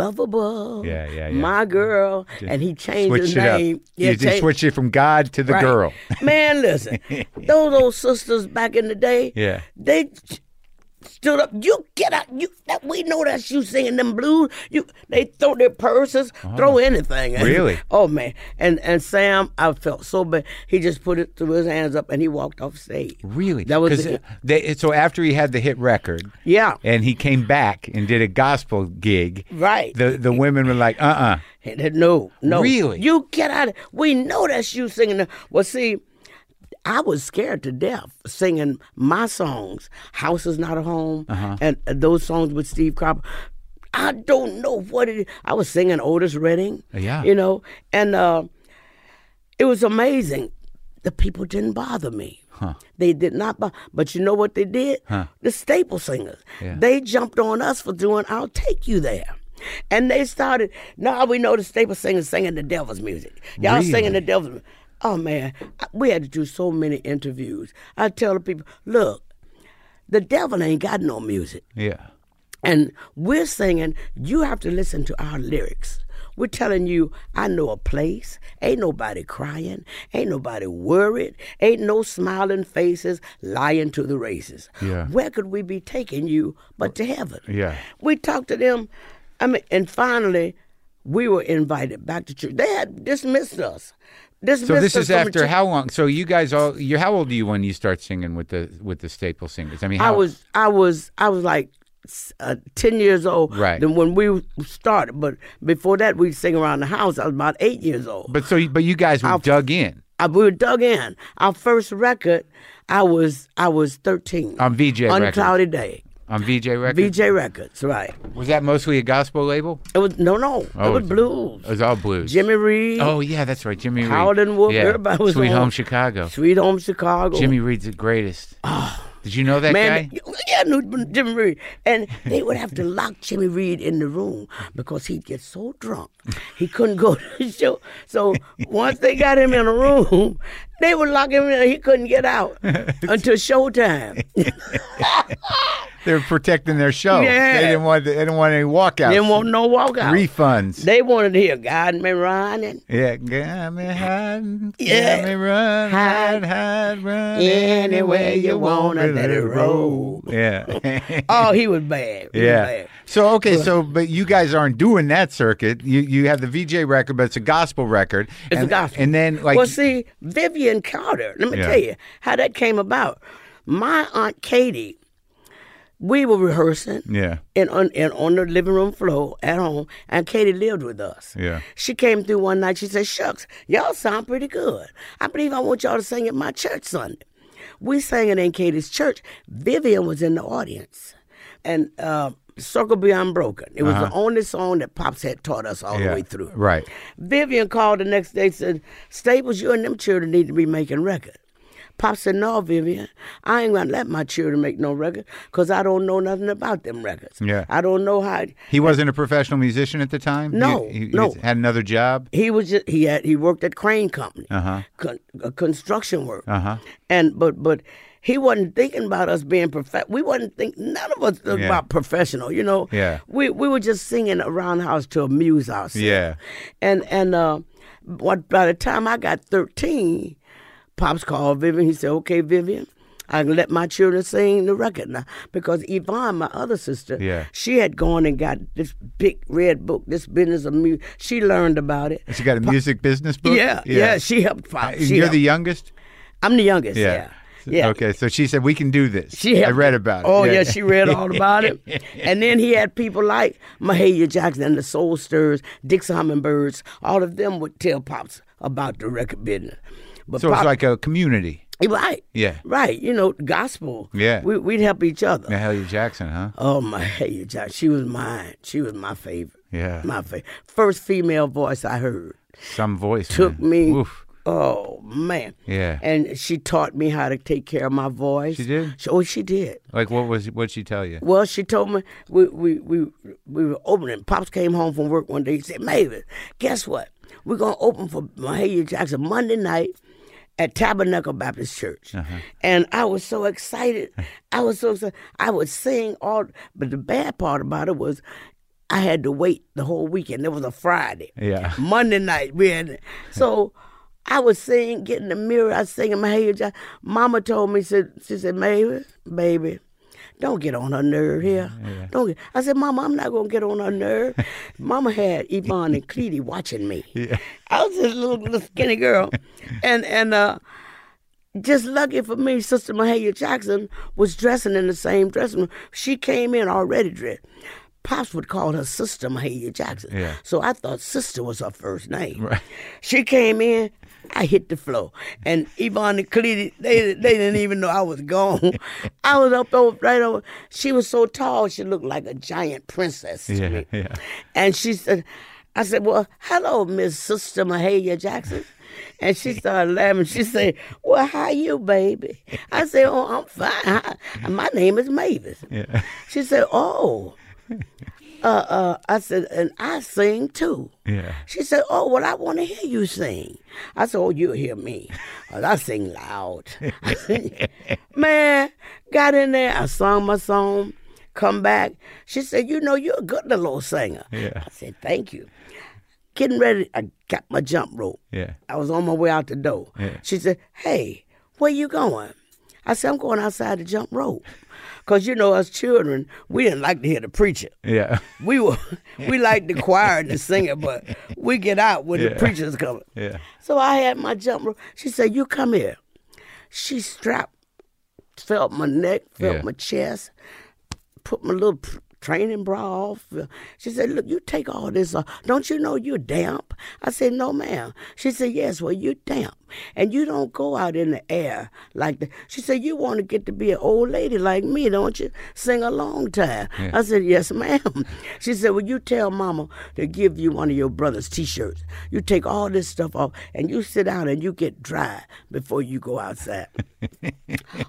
Speaker 2: lovable
Speaker 1: Yeah, yeah, yeah.
Speaker 2: my girl and he changed
Speaker 1: Switch
Speaker 2: his
Speaker 1: it up.
Speaker 2: name
Speaker 1: you just
Speaker 2: change-
Speaker 1: switch it from God to the
Speaker 2: right.
Speaker 1: girl.
Speaker 2: man
Speaker 1: <laughs>
Speaker 2: listen those old sisters back in the day
Speaker 1: Yeah.
Speaker 2: they ch- stood up you get out you that we know that's you singing them blues you they throw their purses throw anything at you.
Speaker 1: Oh. Really?
Speaker 2: <laughs> oh man and and sam i felt so bad he just put it threw his hands up and he walked off stage
Speaker 1: Really?
Speaker 2: that was
Speaker 1: 'Cause,
Speaker 2: the-
Speaker 1: uh, they, so after he had the hit record,
Speaker 2: yeah
Speaker 1: and he came back and did a gospel gig.
Speaker 2: Right.
Speaker 1: The the women were like, uh uh
Speaker 2: And they- No, no.
Speaker 1: Really?
Speaker 2: You get out of We know that's you singing. the- Well, see, I was scared to death singing my songs, House is Not a Home,
Speaker 1: Uh-huh.
Speaker 2: and uh, those songs with Steve Cropper. I don't know what it. I was singing Otis Redding.
Speaker 1: Yeah.
Speaker 2: You know, and uh, it was amazing. The people didn't bother me. They did not bother. But you know what they did? The staple singers. They jumped on us for doing I'll Take You There. And they started, now we know the staple singers singing the devil's music. Y'all singing the devil's music. Oh, man. I- We had to do so many interviews. I tell the people, look, the devil ain't got no music.
Speaker 1: Yeah.
Speaker 2: And we're singing, you have to listen to our lyrics. We're telling you, I know a place. Ain't nobody crying. Ain't nobody worried. Ain't no smiling faces lying to the races.
Speaker 1: Yeah.
Speaker 2: Where could we be taking you but to heaven?
Speaker 1: Yeah.
Speaker 2: We talked to them. I mean, and finally, we were invited back to church. They had dismissed us. Dismissed
Speaker 1: So this
Speaker 2: us
Speaker 1: is
Speaker 2: from the
Speaker 1: after
Speaker 2: church.
Speaker 1: how long? So you guys all, you how old are you when you start singing with the with the staple singers? I mean,
Speaker 2: I
Speaker 1: how,
Speaker 2: was I was I was like s- uh, ten years old.
Speaker 1: Right.
Speaker 2: Then when we started, but before that we'd sing around the house. I was about eight years old.
Speaker 1: But so, but you guys were dug in
Speaker 2: I, we were dug in. Our first record, I was I was thirteen.
Speaker 1: On VJ
Speaker 2: on a
Speaker 1: Records.
Speaker 2: cloudy day.
Speaker 1: on VJ Records.
Speaker 2: VJ Records, right?
Speaker 1: Was that mostly a gospel label?
Speaker 2: It was no no.
Speaker 1: Oh,
Speaker 2: it was
Speaker 1: it's-
Speaker 2: blues.
Speaker 1: It was all blues.
Speaker 2: Jimmy Reed.
Speaker 1: Oh yeah, that's right, Jimmy Reed.
Speaker 2: Howlin' Wolf,
Speaker 1: Yeah.
Speaker 2: everybody was
Speaker 1: Sweet
Speaker 2: on.
Speaker 1: Home Chicago.
Speaker 2: Sweet Home Chicago.
Speaker 1: Jimmy Reed's the greatest. Did you know that
Speaker 2: Man,
Speaker 1: guy?
Speaker 2: yeah, I knew Jimmy Reed. And they would have to lock Jimmy Reed in the room because he'd get so drunk he couldn't go <laughs> to the show. So once they got him in a room, they would lock him in. He couldn't get
Speaker 1: <laughs>
Speaker 2: out until showtime.
Speaker 1: They were protecting their show.
Speaker 2: Yeah.
Speaker 1: They didn't want. They didn't want any walkouts.
Speaker 2: Didn't want no walkout.
Speaker 1: refunds.
Speaker 2: They wanted to hear God me running.
Speaker 1: yeah, got me hiding,
Speaker 2: Yeah.
Speaker 1: got me run, hide,
Speaker 2: Hide.
Speaker 1: hide, run
Speaker 2: Any way you wanna let it roll. <laughs>
Speaker 1: Yeah, <laughs>
Speaker 2: Oh, he was bad. He was
Speaker 1: yeah.
Speaker 2: bad.
Speaker 1: So okay, so but you guys aren't doing that circuit. You you have the VJ record, but it's a gospel record.
Speaker 2: It's
Speaker 1: and,
Speaker 2: a gospel.
Speaker 1: And then like
Speaker 2: well, see, Vivian Carter. Let me
Speaker 1: Yeah.
Speaker 2: tell you how that came about. My aunt Katie, we were rehearsing.
Speaker 1: yeah,
Speaker 2: And on, and on the living room floor at home, and Katie lived with us.
Speaker 1: Yeah.
Speaker 2: She came through one night. She said, Shucks, y'all sound pretty good. I believe I want y'all to sing at my church Sunday. We sang it in Katie's church. Vivian was in the audience. And uh, Circle Beyond Broken. It was the only song that Pops had taught us all
Speaker 1: Uh-huh. yeah.
Speaker 2: the way through.
Speaker 1: Right.
Speaker 2: Vivian called the next day and said, Staples, you and them children need to be making records. Pop said, No, Vivian, I ain't gonna let my children make no record because I don't know nothing about them records.
Speaker 1: Yeah.
Speaker 2: I don't know how
Speaker 1: He wasn't a professional musician at the time.
Speaker 2: No,
Speaker 1: he, he
Speaker 2: no.
Speaker 1: had another job.
Speaker 2: he was just he had he worked at crane company
Speaker 1: Uh-huh.
Speaker 2: con, uh, construction work
Speaker 1: Uh-huh.
Speaker 2: and but but he wasn't thinking about us being perfect we wasn't think none of us was
Speaker 1: Yeah.
Speaker 2: about professional you know
Speaker 1: Yeah.
Speaker 2: we we were just singing around the house to amuse ourselves
Speaker 1: Yeah.
Speaker 2: and and uh what by the time i got 13 pops called vivian he said okay vivian I can let my children sing the record now because Yvonne, my other sister,
Speaker 1: Yeah.
Speaker 2: she had gone and got this big red book, this business of music. She learned about it.
Speaker 1: She got a music business book.
Speaker 2: Yeah, yeah, she helped Pop.
Speaker 1: And
Speaker 2: She
Speaker 1: Uh, You're
Speaker 2: helped.
Speaker 1: the youngest.
Speaker 2: I'm the youngest.
Speaker 1: Yeah.
Speaker 2: Yeah,
Speaker 1: So-
Speaker 2: yeah.
Speaker 1: Okay, so she said we can do this.
Speaker 2: She
Speaker 1: I
Speaker 2: helped.
Speaker 1: read about it.
Speaker 2: Oh yeah. she read
Speaker 1: <laughs>
Speaker 2: all about it. And then he had people like Mahalia Jackson and the Soul Stirrers, Dix Hummingbirds. All of them would tell Pops about the record business. But
Speaker 1: so
Speaker 2: Pop,
Speaker 1: it's like a community.
Speaker 2: right,
Speaker 1: Yeah.
Speaker 2: right. You know, gospel.
Speaker 1: Yeah.
Speaker 2: we, we'd help each other.
Speaker 1: Mahalia Jackson, huh?
Speaker 2: Oh Mahalia Jackson, she was mine. She was my favorite.
Speaker 1: Yeah.
Speaker 2: my favorite. First female voice I heard.
Speaker 1: Some voice
Speaker 2: took
Speaker 1: man.
Speaker 2: me.
Speaker 1: Oof.
Speaker 2: Oh man!
Speaker 1: Yeah.
Speaker 2: and she taught me how to take care of my voice.
Speaker 1: She did?
Speaker 2: She, oh, she did.
Speaker 1: Like what was what she tell you?
Speaker 2: Well, she told me we we we we were opening. Pops came home from work one day. He said, "Mavis, guess what? We're gonna open for Mahalia Jackson Monday night." At Tabernacle Baptist Church, and I was so excited. I was so excited. I would sing all, but the bad part about it was, I had to wait the whole weekend. It was a Friday.
Speaker 1: Yeah.
Speaker 2: Monday night we had so I was singing, get in the mirror, I was singing my hair. dry. Mama told me, said she said, Baby, baby, don't get on her nerve here. Don't get I said, Mama, I'm not gonna get on her nerve.
Speaker 1: <laughs>
Speaker 2: Mama had Yvonne and Cleety watching me. I was this little, little skinny
Speaker 1: <laughs>
Speaker 2: girl. and and uh just lucky for me, Sister Mahalia Jackson was dressing in the same dressing room. She came in already dressed. Pops would call her Sister Mahalia Jackson.
Speaker 1: Yeah.
Speaker 2: So I thought Sister was her first name. She came in, I hit the floor. And Yvonne and Cleety, they, they didn't even know I was gone. <laughs> I was up over, right over. She was so tall, she looked like a giant princess to
Speaker 1: <laughs> Yeah,
Speaker 2: me.
Speaker 1: yeah.
Speaker 2: And she said, I said, well, hello, Miss Sister Mahalia Jackson. And she started laughing. She said, well, how you, baby? I said, oh, I'm fine. Hi- My name is Mavis.
Speaker 1: Yeah.
Speaker 2: She said, oh. uh, uh, I said, and I sing too.
Speaker 1: Yeah.
Speaker 2: She said, oh, well, I want to hear you sing. I said, oh, you'll hear me. 'cause I sing loud.
Speaker 1: <laughs>
Speaker 2: Man, got in there. I sung my song, come back. She said, you know, you're a good little singer.
Speaker 1: Yeah.
Speaker 2: I said, thank you. Getting ready, I got my jump rope.
Speaker 1: Yeah.
Speaker 2: I was on my way out the door.
Speaker 1: Yeah.
Speaker 2: She said, Hey, where you going? I said, I'm going outside to jump rope. Because, you know, as children, we didn't like to hear the preacher.
Speaker 1: Yeah.
Speaker 2: We were <laughs> we liked the choir and the singer, but we get out when the
Speaker 1: Yeah.
Speaker 2: preacher's coming.
Speaker 1: Yeah.
Speaker 2: So I had my jump rope. She said, You come here. She strapped, felt my neck, felt
Speaker 1: Yeah.
Speaker 2: my chest, put my little pr- training bra off. She said, Look, you take all this off. Don't you know you're damp? I said, No, ma'am. She said, Yes, well, you're damp. And you don't go out in the air like that. She said, You want to get to be an old lady like me, don't you? Sing a long time. I said, Yes, ma'am. <laughs> She said, Well, you tell mama to give you one of your brother's t shirts. You take all this stuff off and you sit down and you get dry before you go outside.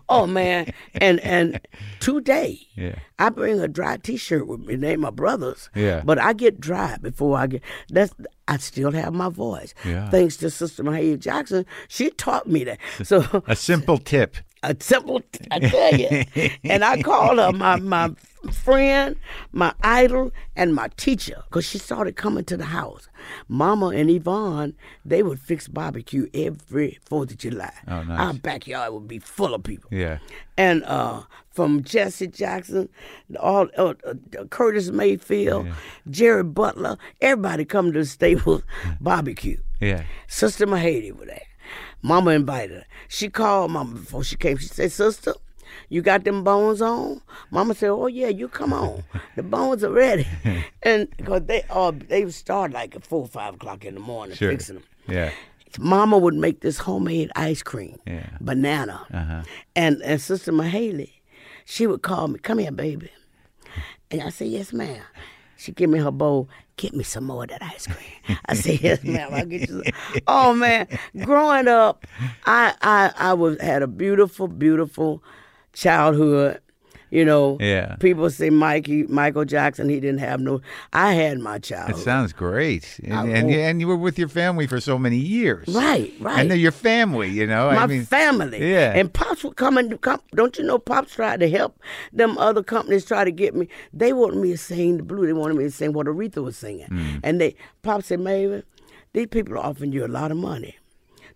Speaker 2: Oh man, and and today,
Speaker 1: Yeah.
Speaker 2: I bring a dry T-shirt with me. They my brothers.
Speaker 1: Yeah.
Speaker 2: but I get dry before I get. That's I still have my voice.
Speaker 1: Yeah.
Speaker 2: thanks to Sister Mahalia Jackson, she taught me that. So <laughs>
Speaker 1: A simple tip.
Speaker 2: a simple, I tell you. and I called her my my friend, my idol, and my teacher because she started coming to the house. Mama and Yvonne, they would fix barbecue every Fourth of July.
Speaker 1: Oh, nice.
Speaker 2: Our backyard would be full of people
Speaker 1: Yeah.
Speaker 2: and uh, from Jesse Jackson, all uh, uh, Curtis Mayfield, Jerry Butler, everybody come to the Staples barbecue.
Speaker 1: Yeah.
Speaker 2: Sister Mahady was there. Mama invited her. She called Mama before she came. She said, Sister, you got them bones on? Mama said, Oh yeah, you come on. The bones are ready. and because they all they start like at four or five o'clock in the morning
Speaker 1: Sure.
Speaker 2: fixing them.
Speaker 1: Yeah.
Speaker 2: Mama would make this homemade ice cream,
Speaker 1: Yeah. Uh-huh.
Speaker 2: banana, and and Sister Mahaley, she would call me, "Come here, baby," and I said, "Yes, ma'am." She give me her bowl. Get me some more of that ice cream. I said, "Yes, ma'am. I'll get you." Some. Oh man, growing up, I I I was had a beautiful, beautiful childhood. You know,
Speaker 1: Yeah.
Speaker 2: People say Mikey Michael Jackson. He didn't have no. I had my
Speaker 1: It
Speaker 2: childhood.
Speaker 1: sounds great. And,
Speaker 2: Oh. I
Speaker 1: and,
Speaker 2: will-
Speaker 1: and you were with your family for so many years.
Speaker 2: right, right.
Speaker 1: And they're your family, you know.
Speaker 2: my
Speaker 1: I mean,
Speaker 2: family.
Speaker 1: yeah.
Speaker 2: And Pops would come and do- come, don't you know Pops tried to help them other companies try to get me. They wanted me to sing the blue. They wanted me to sing what Aretha was singing.
Speaker 1: Mm.
Speaker 2: And they Pops said, Maven, these people are offering you a lot of money.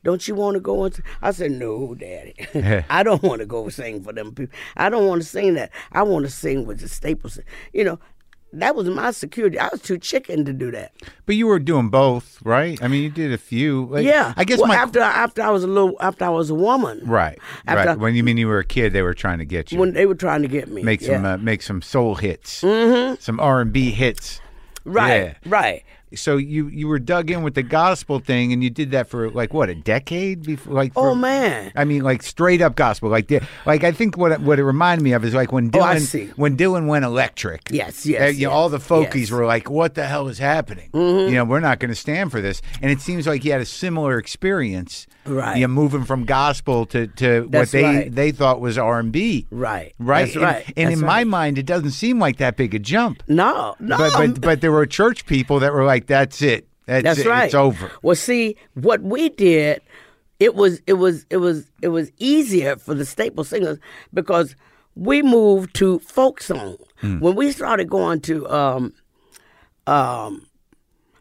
Speaker 2: Don't you want to go and? s-" I said,
Speaker 1: <laughs>
Speaker 2: No, Daddy. I don't want to go sing for them people. I don't want to sing that. I want to sing with the Staples. You know, that was my security. I was too chicken to do that.
Speaker 1: but you were doing both, right? I mean, you did a few. Like,
Speaker 2: Yeah.
Speaker 1: I guess
Speaker 2: well,
Speaker 1: my
Speaker 2: after after I was a little after I was a woman.
Speaker 1: right,
Speaker 2: after I-
Speaker 1: right. When you mean you were a kid, they were trying to get you
Speaker 2: when they were trying to get me.
Speaker 1: make some
Speaker 2: yeah.
Speaker 1: uh, make some soul hits, mm-hmm. some R and B hits.
Speaker 2: right,
Speaker 1: yeah.
Speaker 2: right.
Speaker 1: So you you were dug in with the gospel thing, and you did that for like what a decade before, like
Speaker 2: Oh
Speaker 1: for-
Speaker 2: man,
Speaker 1: I mean, like straight up gospel, like the, like I think what it- what it reminded me of is like when
Speaker 2: Oh, I
Speaker 1: Dylan
Speaker 2: see.
Speaker 1: when Dylan went electric.
Speaker 2: Yes, yes,
Speaker 1: uh, you know, all the
Speaker 2: yes,
Speaker 1: folkies
Speaker 2: yes. Mm-hmm.
Speaker 1: were like, "What the hell is happening? You know, we're not going to stand for this." And it seems like you had a similar experience,
Speaker 2: Right.
Speaker 1: You know, moving from gospel to to
Speaker 2: That's
Speaker 1: what they
Speaker 2: right.
Speaker 1: they thought was R and B,
Speaker 2: right,
Speaker 1: right?
Speaker 2: That's
Speaker 1: and
Speaker 2: right.
Speaker 1: and
Speaker 2: That's
Speaker 1: in my
Speaker 2: right.
Speaker 1: mind, it doesn't seem like that big a jump.
Speaker 2: no, no,
Speaker 1: But but but there were church people that were like, "That's it. That's,
Speaker 2: that's
Speaker 1: it.
Speaker 2: right.
Speaker 1: It's over."
Speaker 2: Well, see what we did. It was it was it was it was easier for the staple singers because we moved to folk song
Speaker 1: Hmm.
Speaker 2: when we started going to um, um,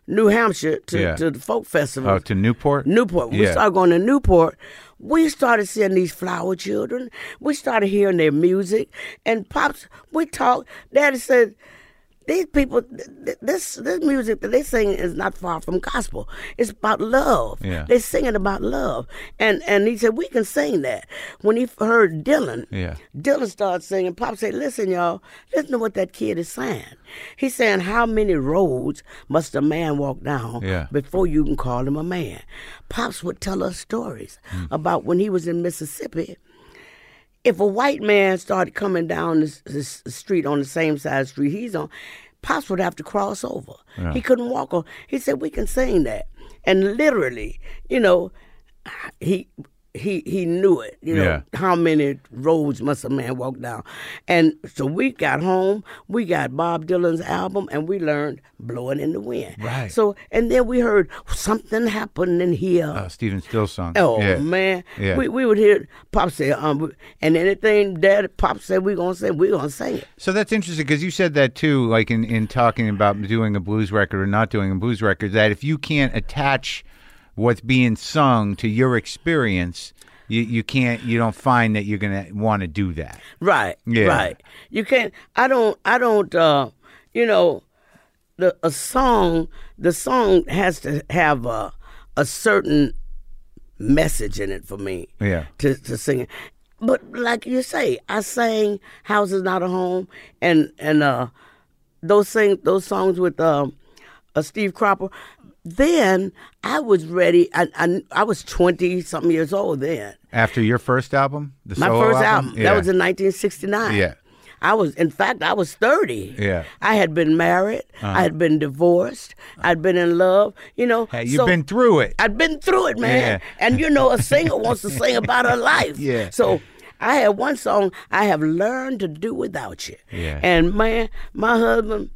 Speaker 2: New Hampshire to,
Speaker 1: Yeah.
Speaker 2: to the folk festival.
Speaker 1: Oh, to Newport.
Speaker 2: Newport. When
Speaker 1: Yeah.
Speaker 2: We started going to Newport. We started seeing these flower children. We started hearing their music and pops. We talked. Daddy said, "These people, th- th- this this music that they sing is not far from gospel. It's about love.
Speaker 1: Yeah.
Speaker 2: They're singing about love." And and he said, "We can sing that." When he heard Dylan,
Speaker 1: Yeah.
Speaker 2: Dylan started singing. Pop said, Listen, y'all, listen to what that kid is saying. He's saying, How many roads must a man walk down
Speaker 1: Yeah.
Speaker 2: before you can call him a man? Pops would tell us stories
Speaker 1: Hmm.
Speaker 2: about when he was in Mississippi. If a white man started coming down this, this street on the same side of the street he's on, Pops would have to cross over. He couldn't walk on. He said, We can sing that. And literally, you know, he he he knew it. You know
Speaker 1: Yeah.
Speaker 2: how many roads must a man walk down, and so we got home. We got Bob Dylan's album, and we learned "Blowing in the Wind."
Speaker 1: Right.
Speaker 2: So and then we heard something happened in here.
Speaker 1: Uh, Steven Still song.
Speaker 2: Oh
Speaker 1: yeah.
Speaker 2: man,
Speaker 1: Yeah.
Speaker 2: we we would hear Pop say, um, and anything that Pop said, we gonna say, we gonna say it.
Speaker 1: So that's interesting because you said that too, like in, in talking about doing a blues record or not doing a blues record, that if you can't attach what's being sung to your experience, you, you can't, you don't find that you're going to want to do that.
Speaker 2: Right.
Speaker 1: Yeah.
Speaker 2: Right. You can't. I don't. I don't. Uh, you know, the a song. The song has to have a a certain message in it for me.
Speaker 1: Yeah.
Speaker 2: To to sing it. But like you say, I sang "House Is Not a Home" and and uh, those sing those songs with um, uh, Steve Cropper. Then I was ready. I I, I was twenty something years old then.
Speaker 1: After your first album, the
Speaker 2: My
Speaker 1: solo
Speaker 2: first album.
Speaker 1: Yeah.
Speaker 2: That was in 1969.
Speaker 1: Yeah.
Speaker 2: I was, in fact, I was 30.
Speaker 1: Yeah. Uh-huh.
Speaker 2: I had been married. I had been divorced. I'd been in love. You know,
Speaker 1: Hey, you've
Speaker 2: so-
Speaker 1: been through it.
Speaker 2: I'd been through it, man.
Speaker 1: Yeah.
Speaker 2: And you know, a singer wants to sing about her
Speaker 1: <laughs>
Speaker 2: life.
Speaker 1: Yeah.
Speaker 2: So I had one song, I have learned to do without you.
Speaker 1: Yeah.
Speaker 2: And man, my husband,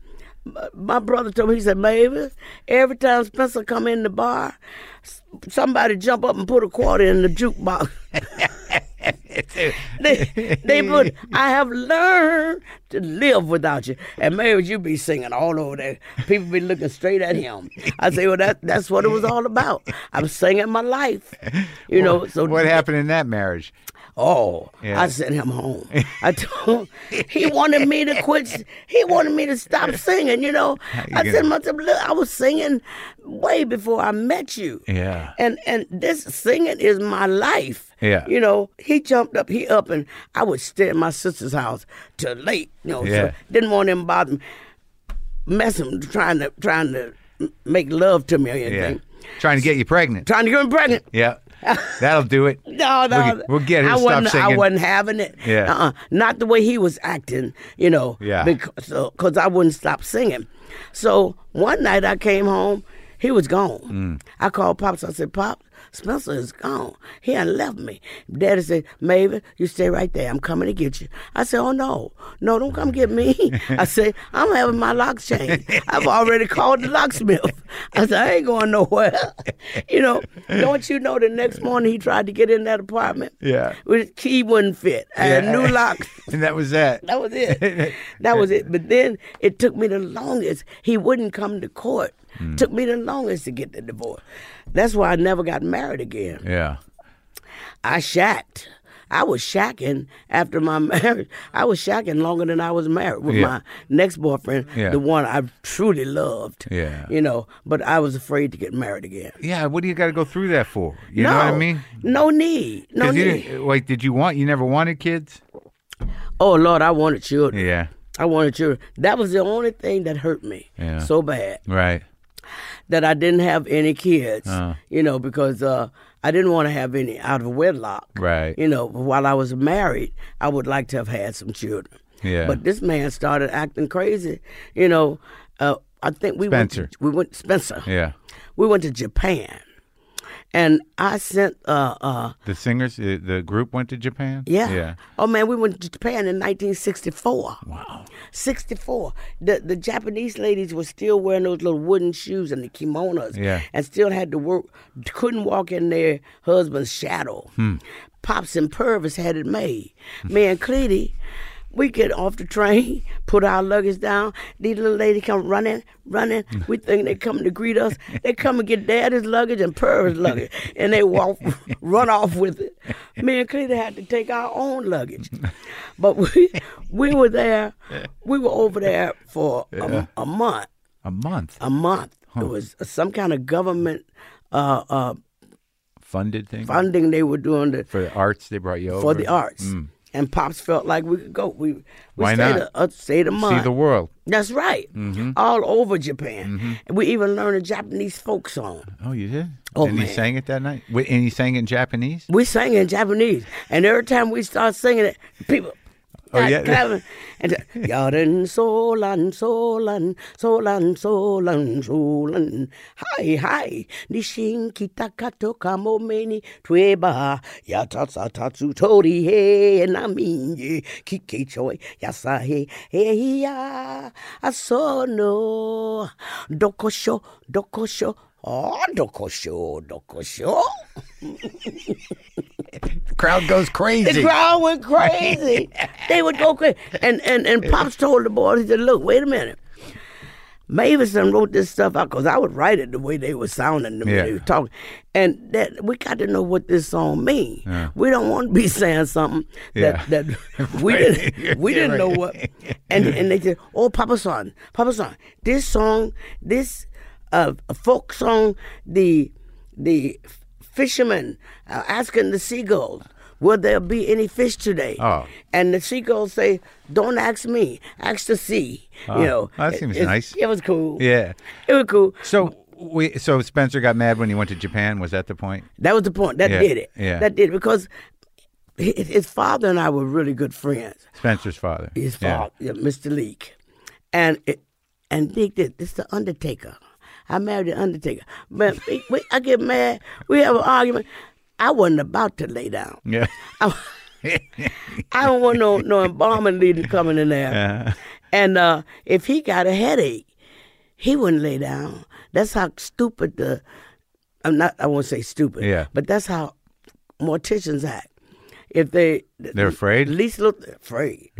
Speaker 2: my- my brother told me, he said, Mavis, every time Spencer come in the bar, s- somebody jump up and put a quarter in the jukebox. <laughs> they, they put, I have learned to live without you. And Mavis, you be singing all over there. People be looking straight at him. I say, well, that, that's what it was all about. I'm singing my life. You know, so
Speaker 1: what happened in that marriage?
Speaker 2: Oh,
Speaker 1: Yeah.
Speaker 2: I sent him home. I told him, he wanted me to quit. He wanted me to stop singing. You know,
Speaker 1: <laughs> you
Speaker 2: I
Speaker 1: gonna-
Speaker 2: said, "Mother, look, I was singing way before I met you.
Speaker 1: Yeah.
Speaker 2: and and this singing is my life.
Speaker 1: Yeah.
Speaker 2: you know, he jumped up, he up, and I would stay at my sister's house till late. You know,
Speaker 1: Yeah.
Speaker 2: so didn't want him to bother me, mess him, trying to trying to make love to me or
Speaker 1: Yeah.
Speaker 2: anything,
Speaker 1: Trying to get you pregnant.
Speaker 2: trying to get him pregnant. <laughs>
Speaker 1: Yeah. That'll do it.
Speaker 2: No, no,
Speaker 1: We'll get- we'll get her
Speaker 2: I
Speaker 1: to stop
Speaker 2: wasn't, I
Speaker 1: singing.
Speaker 2: wasn't having it.
Speaker 1: Yeah.
Speaker 2: uh-uh. not the way he was acting. You know.
Speaker 1: Yeah.
Speaker 2: Because so, 'cause I wouldn't stop singing. So one night I came home, he was gone.
Speaker 1: Mm.
Speaker 2: I called pops. I said, "Pop, Spencer is gone. He had left me." Daddy said, "Maven, you stay right there. I'm coming to get you." I said, "Oh no, no, don't come
Speaker 1: <laughs>
Speaker 2: get me." I said, "I'm having my locks changed. I've already called the locksmith." I said, "I ain't going nowhere." <laughs> you know, don't you know? The next morning he tried to get in that apartment.
Speaker 1: Yeah.
Speaker 2: with the key wouldn't fit. I had
Speaker 1: Yeah.
Speaker 2: new locks.
Speaker 1: And that was that.
Speaker 2: That
Speaker 1: <laughs>
Speaker 2: was it. that was it. But then it took me the longest. He wouldn't come to court.
Speaker 1: Mm.
Speaker 2: Took me the longest to get the divorce. That's why I never got married again.
Speaker 1: Yeah.
Speaker 2: I shacked. I was shacking after my <laughs> marriage. I was shacking longer than I was married with
Speaker 1: Yeah.
Speaker 2: my next boyfriend,
Speaker 1: Yeah.
Speaker 2: the one I truly loved.
Speaker 1: Yeah.
Speaker 2: You know, but I was afraid to get married again.
Speaker 1: Yeah. What do you got to go through that for? You
Speaker 2: no,
Speaker 1: know what I mean?
Speaker 2: No need. No
Speaker 1: 'Cause you
Speaker 2: need.
Speaker 1: didn't- like, did you want? You never wanted kids?
Speaker 2: Oh Lord, I wanted children.
Speaker 1: Yeah.
Speaker 2: I wanted children. That was the only thing that hurt me
Speaker 1: Yeah.
Speaker 2: so bad.
Speaker 1: Right.
Speaker 2: that I didn't have any kids,
Speaker 1: Uh-huh.
Speaker 2: you know, because uh, I didn't want to have any out of wedlock.
Speaker 1: Right.
Speaker 2: You know, while I was married, I would like to have had some children.
Speaker 1: Yeah.
Speaker 2: But this man started acting crazy. You know, uh, I think we
Speaker 1: Spencer.
Speaker 2: went. To, we went Spencer.
Speaker 1: Yeah.
Speaker 2: We went to Japan, and I sent. Uh, uh,
Speaker 1: The singers, uh, the group went to Japan?
Speaker 2: yeah.
Speaker 1: Yeah.
Speaker 2: Oh man, we went to Japan in 1964.
Speaker 1: Wow.
Speaker 2: 64. The the Japanese ladies were still wearing those little wooden shoes and the kimonos.
Speaker 1: Yeah.
Speaker 2: And still had to work, couldn't walk in their husband's shadow. Pops and Purvis had it made. Me and Cleety, we get off the train, <laughs> put our luggage down. These little ladies come running, running. We think they come to greet us. They come and get daddy's luggage and Purvis' luggage, and they walk, <laughs> run off with it. Me and Cleety had to take our own luggage, but we we were there. We were over there for a- a month
Speaker 1: A month
Speaker 2: a month. It was some kind of government uh, uh,
Speaker 1: funded thing
Speaker 2: funding they were doing to,
Speaker 1: for the arts. They brought you over.
Speaker 2: for the arts. And Pops felt like we could go. We, we
Speaker 1: Mm. Why
Speaker 2: stayed,
Speaker 1: not?
Speaker 2: A, uh, stayed a
Speaker 1: See
Speaker 2: month.
Speaker 1: the Mm-hmm. world.
Speaker 2: That's right. All over Japan. We even learned a Japanese folk song.
Speaker 1: Oh, you did?
Speaker 2: Oh,
Speaker 1: and he
Speaker 2: man.
Speaker 1: sang it that night? Wi- And he sang it in Japanese?
Speaker 2: We sang in Japanese. And every time we start singing it, people, got <laughs>
Speaker 3: yeah.
Speaker 2: coming. And Yaren Solan, Solan, Solan, Solan, Solan. Hi, hi. Nishin kitakato kamomeni tweba. Yatatsatsu tori he and I mean ye. Kike choi yasahe he ya. Asono. Dokosho, dokosho. Oh, dokosho, dokosho.
Speaker 1: Crowd goes
Speaker 2: The
Speaker 1: crazy.
Speaker 2: crowd went crazy. they would go crazy. And, and and Pops told the boys, he said, look, wait a minute. Mavison wrote this stuff out because I would write it the way they were sounding, the way
Speaker 1: Yeah.
Speaker 2: they were talking. And that we got to know what this song means. We don't want to be saying something
Speaker 1: Yeah.
Speaker 2: that, that <laughs> we
Speaker 1: <laughs>
Speaker 2: didn't we didn't know what. And and they said, oh, Papa Son, Papa Son, this song, this uh, folk song, the the fishermen uh, asking the seagulls, will there be any fish today?
Speaker 1: Oh.
Speaker 2: And the seagulls say, don't ask me, ask the sea. you
Speaker 1: Oh,
Speaker 2: know,
Speaker 1: that
Speaker 2: it-
Speaker 1: seems
Speaker 2: it's-
Speaker 1: nice.
Speaker 2: It was
Speaker 1: <laughs>
Speaker 2: cool.
Speaker 1: yeah.
Speaker 2: It was cool.
Speaker 1: So we so Spencer got mad when he went to Japan. Was that the point?
Speaker 2: That was the point. That
Speaker 1: Yeah,
Speaker 2: did it.
Speaker 1: yeah.
Speaker 2: That did it because hi- his father and I were really good friends.
Speaker 1: Spencer's father.
Speaker 2: His
Speaker 1: Yeah.
Speaker 2: father, yeah, Mr. Leak, and it, and think that this the Undertaker. I married the Undertaker, but <laughs> we, we, I get mad. We have an argument. I wasn't about to lay down. <laughs>
Speaker 1: Yeah.
Speaker 2: I, I don't want no no embalming leader coming in there. And uh, if he got a headache, he wouldn't lay down. That's how stupid the I'm not I won't say stupid,
Speaker 1: Yeah.
Speaker 2: but that's how morticians act. If they
Speaker 1: They're afraid?
Speaker 2: least look afraid.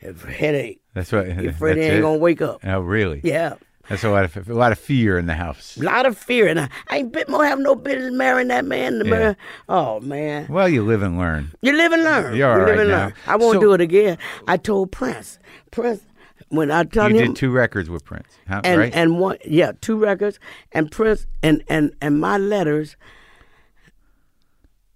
Speaker 2: If headache.
Speaker 1: Uh, That's what. <laughs>
Speaker 2: You're afraid they
Speaker 1: that's
Speaker 2: ain't
Speaker 1: it.
Speaker 2: gonna wake up.
Speaker 1: Oh, really?
Speaker 2: Yeah.
Speaker 1: That's a lot of a lot of fear in the house.
Speaker 2: A lot of fear and I, I ain't bit more have no business marrying that man to
Speaker 1: Yeah.
Speaker 2: marry. Oh man.
Speaker 1: Well, you live and learn.
Speaker 2: You live and learn.
Speaker 1: You're all
Speaker 2: you live
Speaker 1: right
Speaker 2: and
Speaker 1: now.
Speaker 2: learn. I won't
Speaker 1: So-
Speaker 2: do it again. I told Prince. Prince, when I told
Speaker 1: you
Speaker 2: him,
Speaker 1: did two records with Prince, huh?
Speaker 2: and
Speaker 1: right?
Speaker 2: and one, yeah, two records, and Prince, and and and my letters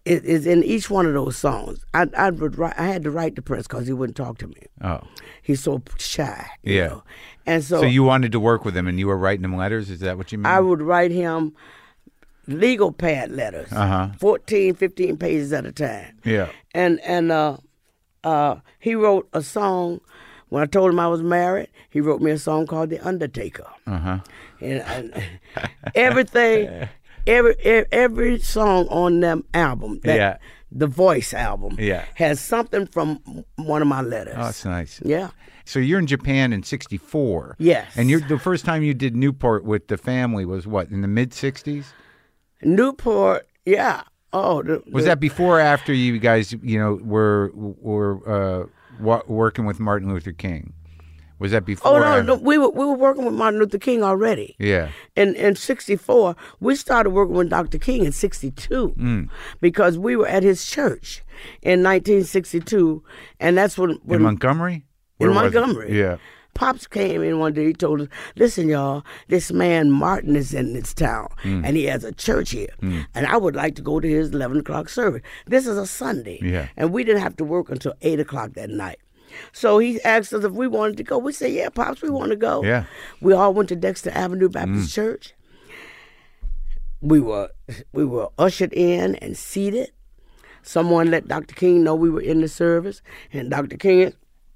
Speaker 2: is, is in each one of those songs. I I would write. I had to write to Prince because he wouldn't talk to me.
Speaker 1: oh,
Speaker 2: He's so shy. you
Speaker 1: Yeah.
Speaker 2: know. And
Speaker 1: so you wanted to work with him, and you were writing him letters. Is that what you mean?
Speaker 2: Oh. I would write him legal pad letters,
Speaker 1: Uh-huh.
Speaker 2: 14, 15 pages at a time.
Speaker 1: Yeah.
Speaker 2: And and uh, uh, he wrote a song. When I told him I was married, he wrote me a song called "The Undertaker." Uh-huh. And, and
Speaker 1: <laughs>
Speaker 2: everything, every e- every song on them album, that,
Speaker 1: Yeah.
Speaker 2: the Voice album,
Speaker 1: Yeah.
Speaker 2: has something from one of my letters.
Speaker 1: Oh, that's nice.
Speaker 2: Yeah.
Speaker 1: So you're in Japan in '64.
Speaker 2: Yes.
Speaker 1: And you're the first time you did Newport with the family was what in the mid '60s?
Speaker 2: Newport. Yeah. Oh, the,
Speaker 1: Was
Speaker 2: the-
Speaker 1: that before or after you guys, you know, were were uh, wa- working with Martin Luther King? Was that before?
Speaker 2: Oh
Speaker 1: or
Speaker 2: no,
Speaker 1: after?
Speaker 2: no, we were we were working with Martin Luther King already.
Speaker 1: Yeah.
Speaker 2: In in '64, we started working with Dr. King in '62
Speaker 1: Mm.
Speaker 2: because we were at his church in 1962, and that's when
Speaker 1: In
Speaker 2: when
Speaker 1: Montgomery. Where
Speaker 2: in
Speaker 1: was it?
Speaker 2: Montgomery.
Speaker 1: Yeah.
Speaker 2: Pops came in one day. He told us, "Listen, y'all, this man Martin is in this town,
Speaker 1: Mm.
Speaker 2: and he has a church here, and I would like to go to his eleven o'clock service. This is a Sunday,
Speaker 1: Yeah.
Speaker 2: and we didn't have to work until eight o'clock that night." So he asked us if we wanted to go. We said, "Yeah, pops, we want to go."
Speaker 1: Yeah. Mm.
Speaker 2: We all went to Dexter Avenue Baptist Church. We were we were ushered in and seated. Someone let Dr. King know we were in the service, and Dr. King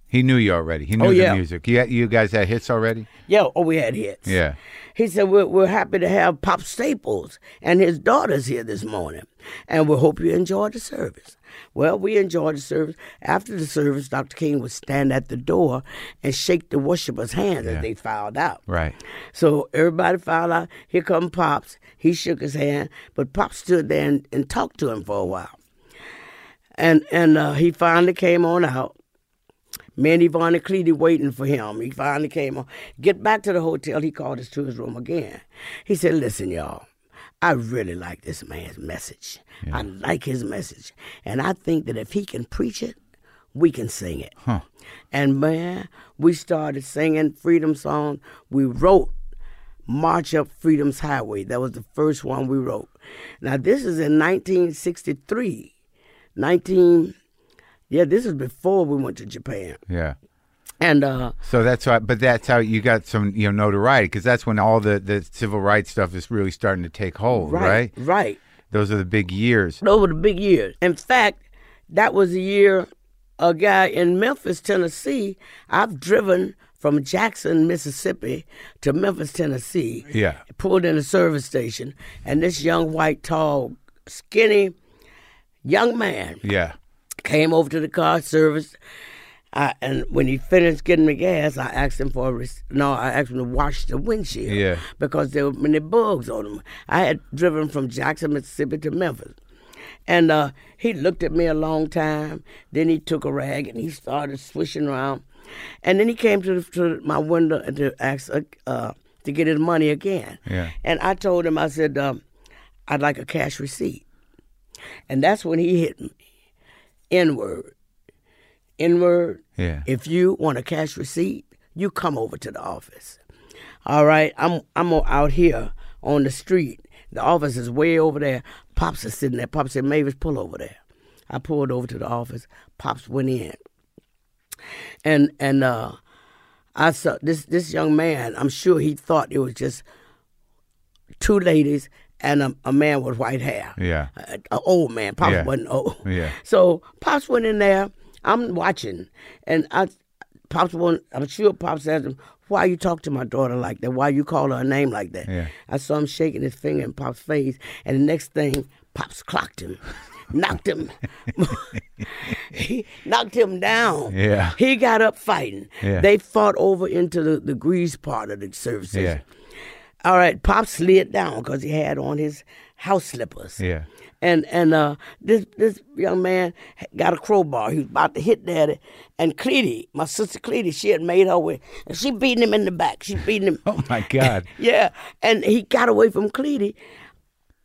Speaker 1: He knew you already. He knew
Speaker 2: Oh, yeah.
Speaker 1: the music. You, you guys had hits already?
Speaker 2: Yeah, oh, we had hits.
Speaker 1: Yeah.
Speaker 2: He said, we're, we're happy to have Pop Staples and his daughters here this morning, and we hope you enjoyed the service. Well, we enjoyed the service. After the service, Dr. King would stand at the door and shake the worshipers' hands as they filed out.
Speaker 1: Right.
Speaker 2: So everybody filed out. Here come Pops. He shook his hand, but Pop stood there and, and talked to him for a while. And and uh, he finally came on out. Me and Yvonne and Cleety waiting for him. He finally came on. Get back to the hotel. He called us to his room again. He said, Listen, y'all, I really like this man's message. I like his message. And I think that if he can preach it, we can sing it. And man, we started singing freedom song. We wrote March Up Freedom's Highway. That was the first one we wrote. Now this is in 1963. 19 Yeah, this is before we went to Japan.
Speaker 1: Yeah.
Speaker 2: And uh
Speaker 1: So that's why, but that's how you got some, you know, notoriety because that's when all the, the civil rights stuff is really starting to take hold, right.
Speaker 2: right. right.
Speaker 1: Those are the big years.
Speaker 2: Those were the big years. In fact, that was the year a guy in Memphis, Tennessee. I've driven from Jackson, Mississippi to Memphis, Tennessee.
Speaker 1: Yeah.
Speaker 2: Pulled in a service station, and this young, white, tall, skinny young man
Speaker 1: Yeah.
Speaker 2: came over to the car service. I, and when he finished getting the gas, I asked him for a rec- no. I asked him to wash the windshield
Speaker 1: Yeah.
Speaker 2: because there were many bugs on them. I had driven from Jackson, Mississippi to Memphis, and uh, he looked at me a long time. Then he took a rag and he started swishing around, and then he came to, the, to my window to ask uh, uh, to get his money again.
Speaker 1: Yeah.
Speaker 2: And I told him, I said, um, "I'd like a cash receipt," and that's when he hit me. N-word. N-word.
Speaker 1: Yeah.
Speaker 2: If you want a cash receipt, you come over to the office. All right, I'm I'm o- out here on the street. The office is way over there. Pops is sitting there. Pops said, Mavis, pull over there. I pulled over to the office. Pops went in. And and uh I saw this this young man, I'm sure he thought it was just two ladies and a, a man with white hair
Speaker 1: Yeah.
Speaker 2: a, a old man. Pops
Speaker 1: Yeah.
Speaker 2: wasn't old.
Speaker 1: Yeah.
Speaker 2: So Pops went in there. I'm watching, and I, Pops won't. I'm sure Pops asked him, "Why you talk to my daughter like that? Why you call her a name like that?"
Speaker 1: Yeah.
Speaker 2: I saw him shaking his finger in Pop's face, and the next thing, Pops clocked him, <laughs> knocked him, <laughs> he knocked him down.
Speaker 1: Yeah.
Speaker 2: He got up fighting.
Speaker 1: Yeah.
Speaker 2: They fought over into the, the grease part of the service
Speaker 1: Yeah.
Speaker 2: station. All right, Pop slid down because he had on his house slippers.
Speaker 1: Yeah.
Speaker 2: And and uh, this this young man got a crowbar. He was about to hit daddy. And Cleety, my sister Cleety, she had made her way. And she beating him in the back. She beating him.
Speaker 1: Oh my God.
Speaker 2: yeah. And he got away from Cleety.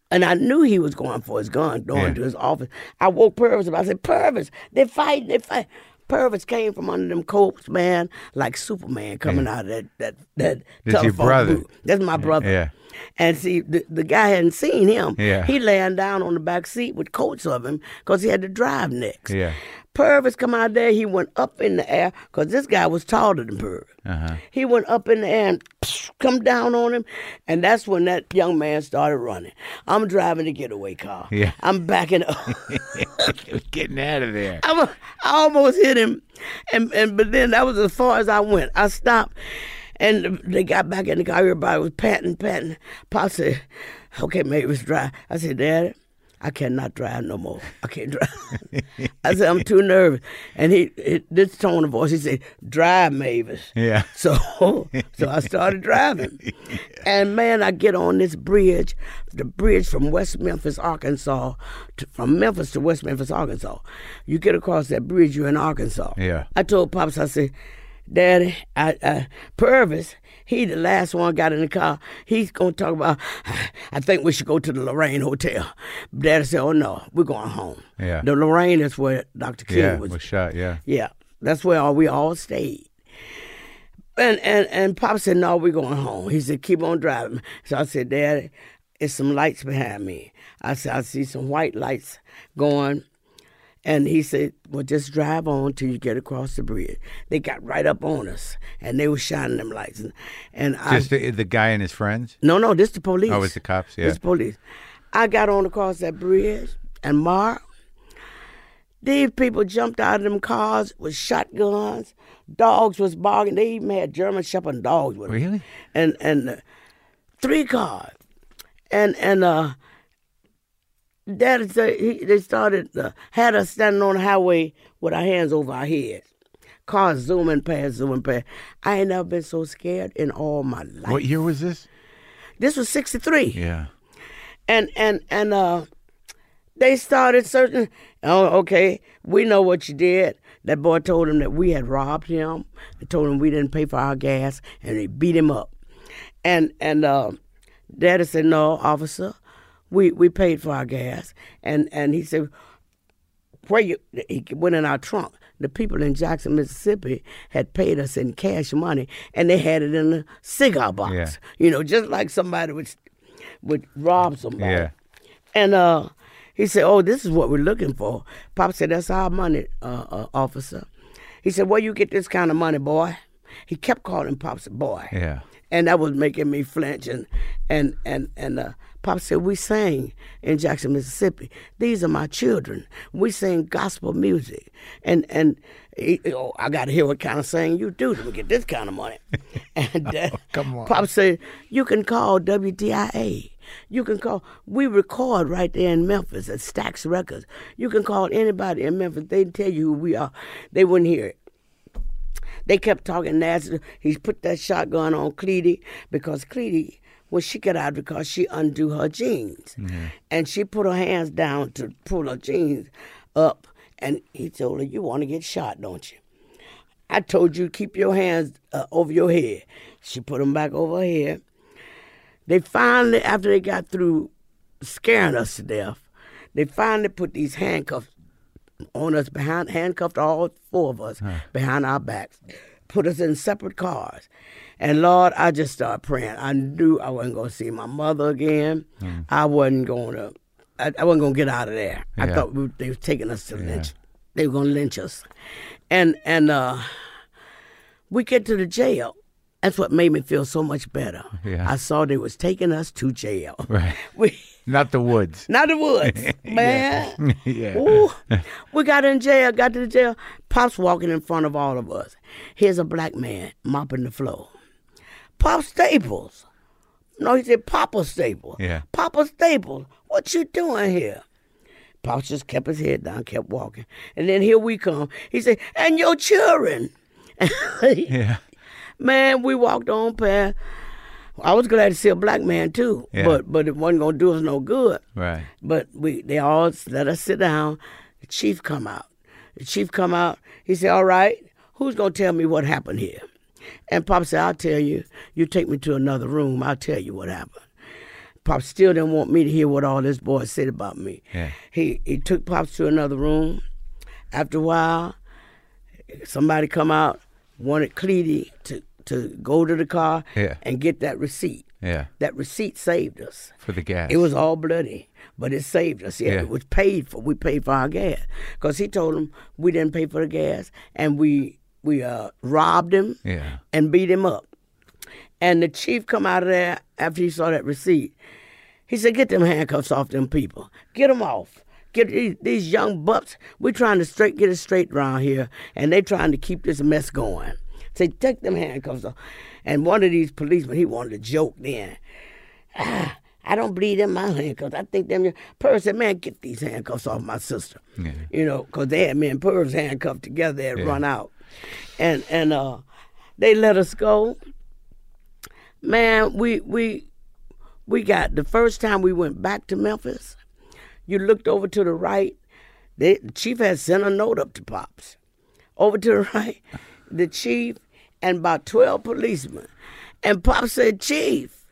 Speaker 2: And I knew he was going for his gun, going
Speaker 1: Yeah.
Speaker 2: to his office. I woke Purvis up. I said, Purvis, they're fighting, they fight. Purvis came from under them coats, man, like Superman coming out of that that that
Speaker 1: That's your
Speaker 2: telephone
Speaker 1: brother.
Speaker 2: booth. That's my brother.
Speaker 1: Yeah.
Speaker 2: And see, the, the guy hadn't seen him.
Speaker 1: Yeah.
Speaker 2: He laying down on the back seat with coats of him because he had to drive next.
Speaker 1: Yeah.
Speaker 2: Purvis come out there. He went up in the air because this guy was taller than Purvis.
Speaker 1: Uh-huh.
Speaker 2: He went up in the air and <sniffs> come down on him, and that's when that young man started running. I'm driving the getaway car.
Speaker 1: Yeah.
Speaker 2: I'm backing
Speaker 1: <laughs>
Speaker 2: up.
Speaker 1: <laughs> Getting out of there.
Speaker 2: I'm a, I almost hit him, and and but then that was as far as I went. I stopped, and they got back in the car. Everybody was panting, panting. Pop said, "Okay, maybe it's dry." I said, "Dad, I cannot drive no more. I
Speaker 1: <laughs>
Speaker 2: can't drive." I said, "I'm too nervous." And he, he this tone of voice, he said, "Drive, Mavis."
Speaker 1: Yeah.
Speaker 2: So, so I
Speaker 1: <laughs>
Speaker 2: started driving, and man, I get on this bridge, the bridge from West Memphis, Arkansas, to, from Memphis to West Memphis, Arkansas. You get across that bridge, you're in Arkansas.
Speaker 1: Yeah.
Speaker 2: I told pops, I said, Daddy, I, I Purvis, he the last one got in the car. He's gonna talk about. I think we should go to the Lorraine Hotel. Daddy said, Oh no, we're going home.
Speaker 1: Yeah.
Speaker 2: The Lorraine is where Dr. King
Speaker 1: Yeah.
Speaker 2: was
Speaker 1: Was shot. Yeah.
Speaker 2: yeah, that's where all, we all stayed. And and and Pop said, "No, we're going home." He said, "Keep on driving." So I said, "Daddy, it's some lights behind me." I said, "I see some white lights going." And he said, Well, just drive on till you get across the bridge. They got right up on us and they were shining them lights. And, and I
Speaker 1: Just the, the guy and his friends.
Speaker 2: no, no, this the police.
Speaker 1: Oh, it's the cops, yeah.
Speaker 2: This the police. I got on across that bridge, and Mark, these people jumped out of them cars with shotguns. Dogs was barking. They even had German Shepherd dogs with them.
Speaker 1: Really?
Speaker 2: And and uh, three cars, and and uh, Daddy said he, they started uh, had us standing on the highway with our hands over our heads. Cars zooming past, zooming past. I ain't never been so scared in all my life.
Speaker 1: What year was this?
Speaker 2: This was '63,
Speaker 1: Yeah.
Speaker 2: and and and uh, they started searching. Oh, okay, we know what you did. That boy told him that we had robbed him. They told him we didn't pay for our gas, and they beat him up. And and uh, Daddy said, "No, officer, we we paid for our gas." And and he said, where you he went in our trunk. The people in Jackson, Mississippi, had paid us in cash money, and they had it in a cigar box.
Speaker 1: Yeah.
Speaker 2: You know, just like somebody would would rob somebody.
Speaker 1: Yeah.
Speaker 2: And uh, he said, "Oh, this is what we're looking for." Pop said, "That's our money, uh, uh, officer." He said, "Where you get this kind of money, boy?" He kept calling Pops a boy
Speaker 1: Yeah. <laughs>
Speaker 2: and that was making me flinch and and and, and uh, Pop said, We sang in Jackson, Mississippi. These are my children. We sing gospel music. And and he, oh, I got to hear what kind of singing you do to get this kind of money. <laughs> And uh,
Speaker 1: <laughs> come on.
Speaker 2: Pop said, You can call WDIA. You can call. We record right there in Memphis at Stax Records. You can call anybody in Memphis. They tell you who we are. They wouldn't hear it. They kept talking nasty. He's put that shotgun on Cleety because Cleety, when she got out because she undo her jeans, and she put her hands down to pull her jeans up, and he told her, "You want to get shot, don't you?" I told you keep your hands uh, over your head. She put them back over her head. They finally, after they got through scaring us to death, they finally put these handcuffs on us behind, handcuffed all four of us behind our backs, put us in separate cars. And Lord, I just started praying. I knew I wasn't going to see my mother again. I wasn't going to. I, I wasn't gonna get out of there. I
Speaker 1: Yeah.
Speaker 2: thought we, they were taking us to lynch. They were gonna lynch us, and and uh, we get to the jail. That's what made me feel so much better.
Speaker 1: Yeah.
Speaker 2: I saw they was taking us to jail. <laughs>
Speaker 1: Right.
Speaker 2: We
Speaker 1: Not the woods.
Speaker 2: not
Speaker 1: <laughs>
Speaker 2: the woods, man.
Speaker 1: Yeah.
Speaker 2: Ooh, we got in jail. Got to the jail. Pops walking in front of all of us. Here's a black man mopping the floor. Pop Staples. No, he said Papa Staples.
Speaker 1: Yeah.
Speaker 2: Papa Staples. What you doing here? Pops just kept his head down, kept walking, and then here we come. He said, "And your children." <laughs>
Speaker 1: Yeah.
Speaker 2: Man, we walked on past. I was glad to see a black man too,
Speaker 1: Yeah.
Speaker 2: but but it wasn't gonna do us no good.
Speaker 1: Right.
Speaker 2: But we they all s- let us sit down. The chief come out. The chief come out. He said, "All right, who's gonna tell me what happened here?" And Pop said, "I'll tell you. You take me to another room. I'll tell you what happened." Pop still didn't want me to hear what all this boy said about me.
Speaker 1: Yeah.
Speaker 2: He he took Pops to another room. After a while, somebody come out wanted Cleety to to go to the car
Speaker 1: Yeah.
Speaker 2: and get that receipt.
Speaker 1: Yeah.
Speaker 2: That receipt saved us.
Speaker 1: For the gas.
Speaker 2: It was all bloody, but it saved us. Yeah,
Speaker 1: Yeah.
Speaker 2: it was paid for. We paid for our gas because he told him we didn't pay for the gas, and we we uh, robbed him
Speaker 1: Yeah.
Speaker 2: and beat him up. And the chief come out of there after he saw that receipt. He said, "Get them handcuffs off them people. Get them off. Get these, these young bucks. We're trying to straight get it straight around here, and they trying to keep this mess going. Say, take them handcuffs off." And one of these policemen, he wanted to joke then. "Ah, I don't believe in my handcuffs. I think them. Perv said, "Man, get these handcuffs off my sister."
Speaker 1: Yeah.
Speaker 2: You know, 'cause they had me and Perv's handcuffed together. They had run out, and and uh, they let us go. Man, we we we got the first time we went back to Memphis. You looked over to the right. They, the chief had sent a note up to Pops. Over to the <laughs> right, the chief and about twelve policemen. And Pop said, "Chief,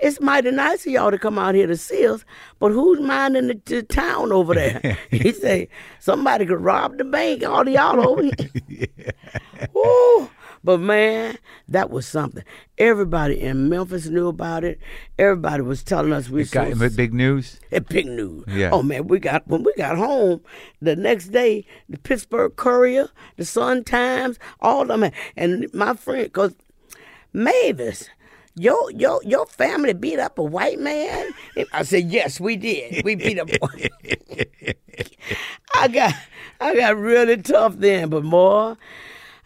Speaker 2: it's mighty nice of y'all to come out here to see us, but who's minding the, the town over there?" <laughs> he said, "Somebody could rob the bank. All y'all over here." Woo! But man, that was something. Everybody in Memphis knew about it. Everybody was telling us we
Speaker 1: Got
Speaker 2: so
Speaker 1: but big news.
Speaker 2: it big news.
Speaker 1: Yeah.
Speaker 2: Oh man, we got when we got home the next day, the Pittsburgh Courier, the Sun Times, all them, and my friend, cause Mavis, your your your family beat up a white man. I said, yes, we did. We beat up. <laughs> I got I got really tough then, but more,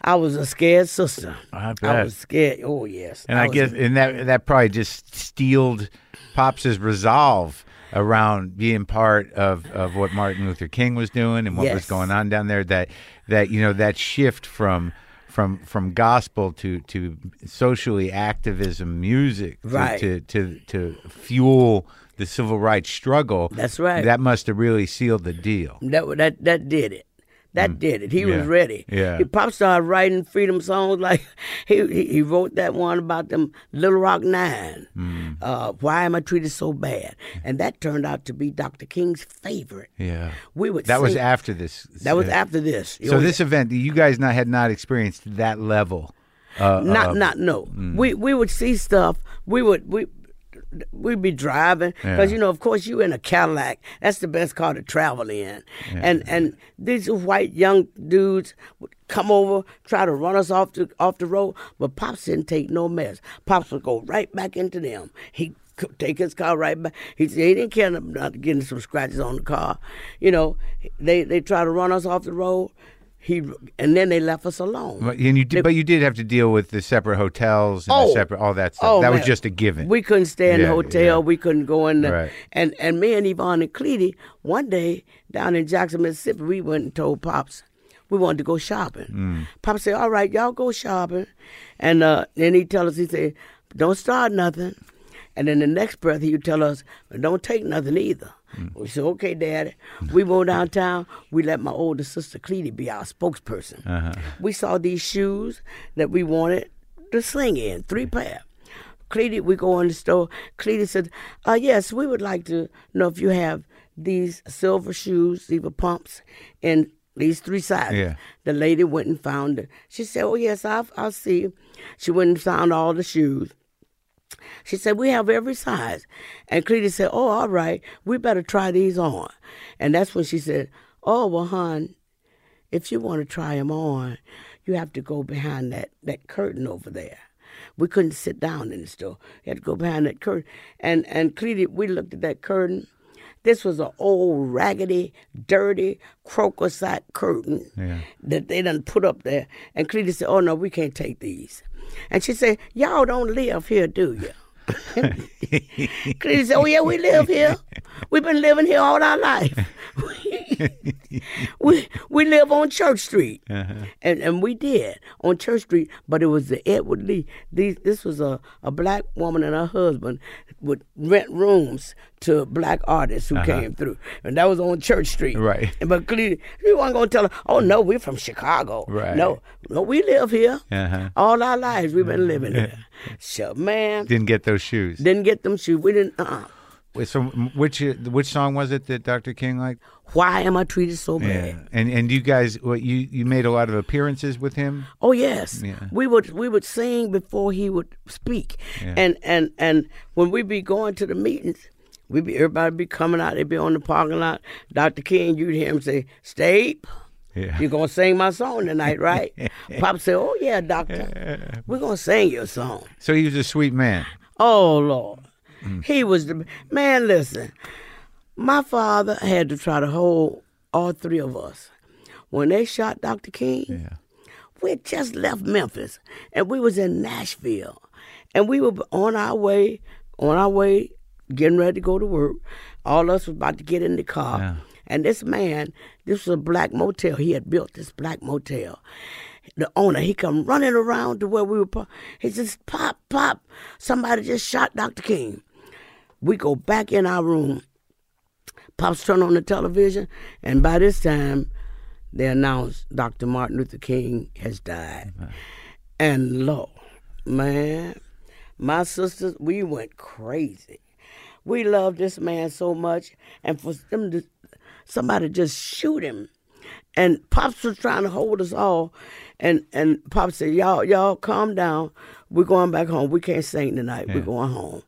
Speaker 2: I was a scared sister.
Speaker 1: I
Speaker 2: I
Speaker 1: bet.
Speaker 2: was scared. Oh yes.
Speaker 1: And I,
Speaker 2: was-
Speaker 1: guess and that that probably just steeled Pops' resolve around being part of, of what Martin Luther King was doing and what was
Speaker 2: Yes.
Speaker 1: going on down there that that you know that shift from from from gospel to to socially activism music to,
Speaker 2: Right.
Speaker 1: to, to to fuel the civil rights struggle
Speaker 2: That's right.
Speaker 1: that must have really sealed the deal
Speaker 2: That wa- that that did it. That did it. He
Speaker 1: Mm. yeah.
Speaker 2: was ready.
Speaker 1: Yeah.
Speaker 2: He pop started writing freedom songs <laughs> like he he, he wrote that one about them Little Rock Nine.
Speaker 1: Mm.
Speaker 2: Uh, Why am I treated so bad? And that turned out to be Dr. King's favorite.
Speaker 1: yeah
Speaker 2: We would
Speaker 1: that was
Speaker 2: sing-
Speaker 1: after this
Speaker 2: that was after this.
Speaker 1: so this event you guys not had not experienced that level uh, mm.
Speaker 2: not not no. We we would see stuff. We would we. We'd be driving because
Speaker 1: Yeah.
Speaker 2: you know, of course, you in a Cadillac. That's the best car to travel in. And and these white young dudes would come over, try to run us off the off the road, but Pops didn't take no mess. Pops would go right back into them. He c- take his car right back. He said he didn't care about getting some scratches on the car. You know, they they tried to run us off the road. He and then they left us alone.
Speaker 1: But- And you did, but you did have to deal with the separate hotels and the
Speaker 2: Oh.
Speaker 1: separate all that stuff.
Speaker 2: Oh,
Speaker 1: that was
Speaker 2: man.
Speaker 1: just a given.
Speaker 2: We couldn't stay in
Speaker 1: Yeah,
Speaker 2: the hotel.
Speaker 1: yeah.
Speaker 2: We couldn't go in the
Speaker 1: Right.
Speaker 2: and and me and Yvonne and Cleety one day down in Jackson, Mississippi, we went and told Pops we wanted to go shopping.
Speaker 1: Mm.
Speaker 2: Pops said, "All right, y'all go shopping," and uh, then he tell us he said, "Don't start nothing," and then the next breath he would tell us, "Don't take nothing either."
Speaker 1: Mm.
Speaker 2: We said, "Okay, Daddy." We go downtown. We let my older sister Cleety be our spokesperson.
Speaker 1: Uh-huh.
Speaker 2: We saw these shoes that we wanted to sling in three pair. Cleety, we go in the store. Cleety said, uh, yes, we would like to know if you have these silver shoes, silver pumps, in these three sizes.
Speaker 1: Yeah.
Speaker 2: The lady went and found it. She said, oh, yes, I'll, I'll see. She went and found all the shoes. She said, We have every size. And Cleety said, Oh, all right, we better try these on. And that's when she said, Oh, well, hon, if you want to try them on, you have to go behind that, that curtain over there. We couldn't sit down in the store. You had to go behind that curtain. And and Cleety, we looked at that curtain. This was an old, raggedy, dirty, crocosite curtain that they done put up there. And Cleety said, Oh, no, we can't take these. And she said, Y'all don't live here, do you? Cleety said, Oh, yeah, we live here. We've been living here all our life. <laughs> we we live on Church Street,
Speaker 1: Uh-huh.
Speaker 2: and and we did on Church Street, but it was the Edward Lee. These this was a, a black woman and her husband would rent rooms to black artists who came through, and that was on Church Street.
Speaker 1: Uh-huh. Right.
Speaker 2: And but clearly, we weren't gonna tell her, oh no, we're from Chicago.
Speaker 1: Right.
Speaker 2: No, no, we live here
Speaker 1: Uh-huh.
Speaker 2: all our lives. We've
Speaker 1: <laughs>
Speaker 2: been living here. So man,
Speaker 1: Didn't get those shoes.
Speaker 2: didn't get them shoes. We didn't. Uh-uh.
Speaker 1: Wait, So which uh, which song was it that Dr. King liked?
Speaker 2: Why am I treated so bad?
Speaker 1: And and you guys, what you you made a lot of appearances with him.
Speaker 2: Oh yes,
Speaker 1: Yeah.
Speaker 2: we would we would sing before he would speak, and and and when we be going to the meetings, we be everybody be coming out. They would be on the parking lot. Dr. King, you'd hear him say, "Stape,
Speaker 1: Yeah.
Speaker 2: you're gonna sing my song tonight, right?" Pop said, "Oh yeah, doctor, we're gonna sing your song."
Speaker 1: So he was a sweet man.
Speaker 2: Oh Lord, he was the man. Listen, my father had to try to hold all three of us when they shot Dr. King
Speaker 1: Yeah.
Speaker 2: we had just left Memphis and we was in Nashville and we were on our way on our way getting ready to go to work all us was about to get in the car and this man this was a black motel he had built this black motel the owner he come running around to where we were par- he just pop pop somebody just shot Dr. King we go back in our room Pops turn on the television, and by this time, they announced Dr. Martin Luther King has died. And lo, man, my sisters, we went crazy. We loved this man so much, and for them to somebody just shoot him. And Pops was trying to hold us all, and and Pops said, "Y'all, y'all, calm down. We're going back home. We can't sing tonight. We're going home."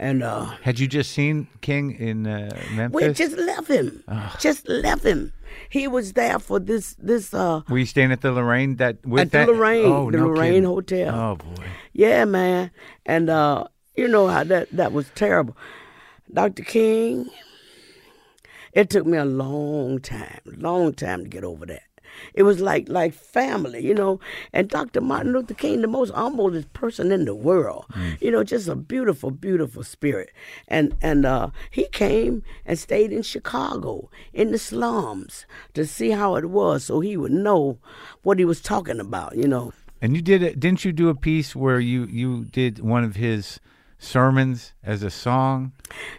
Speaker 2: And uh,
Speaker 1: Had you just seen King in uh, Memphis?
Speaker 2: we just left him. Just left him. He was there for this this uh
Speaker 1: Were you staying at the Lorraine that with
Speaker 2: at the
Speaker 1: that?
Speaker 2: Lorraine,
Speaker 1: Oh,
Speaker 2: the
Speaker 1: no
Speaker 2: Lorraine
Speaker 1: kidding.
Speaker 2: Hotel.
Speaker 1: Oh boy.
Speaker 2: Yeah, man. And uh you know how that that was terrible. Dr. King, it took me a long time, long time to get over that. It was like like family, you know. And Dr. Martin Luther King, the most humblest person in the world, you know, just a beautiful, beautiful spirit. And and uh, he came and stayed in Chicago in the slums to see how it was, so he would know what he was talking about, you know.
Speaker 1: And you did it? Didn't you do a piece where you you did one of his sermons as a song?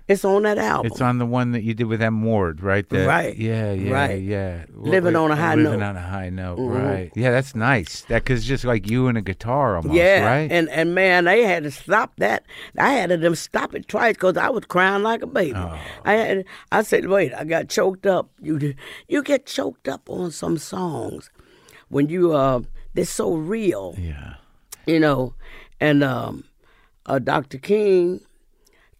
Speaker 2: It's on that album.
Speaker 1: It's on the one that you did with M Ward, right? The-
Speaker 2: Oh. Right.
Speaker 1: Yeah. Yeah.
Speaker 2: Right.
Speaker 1: Yeah. What-
Speaker 2: Living
Speaker 1: what-
Speaker 2: on a high
Speaker 1: Living
Speaker 2: note. Mm-hmm.
Speaker 1: on a high note. Right. Yeah, that's nice. That because just like you and a guitar almost.
Speaker 2: Yeah,
Speaker 1: Right.
Speaker 2: and and man, they had to stop that. I had to them stop it twice because I was crying like a baby.
Speaker 1: Oh.
Speaker 2: I had, I said, wait, I got choked up. You do- you get choked up on some songs when you uh they're so real,
Speaker 1: yeah.
Speaker 2: you know. And um, uh, Dr. King,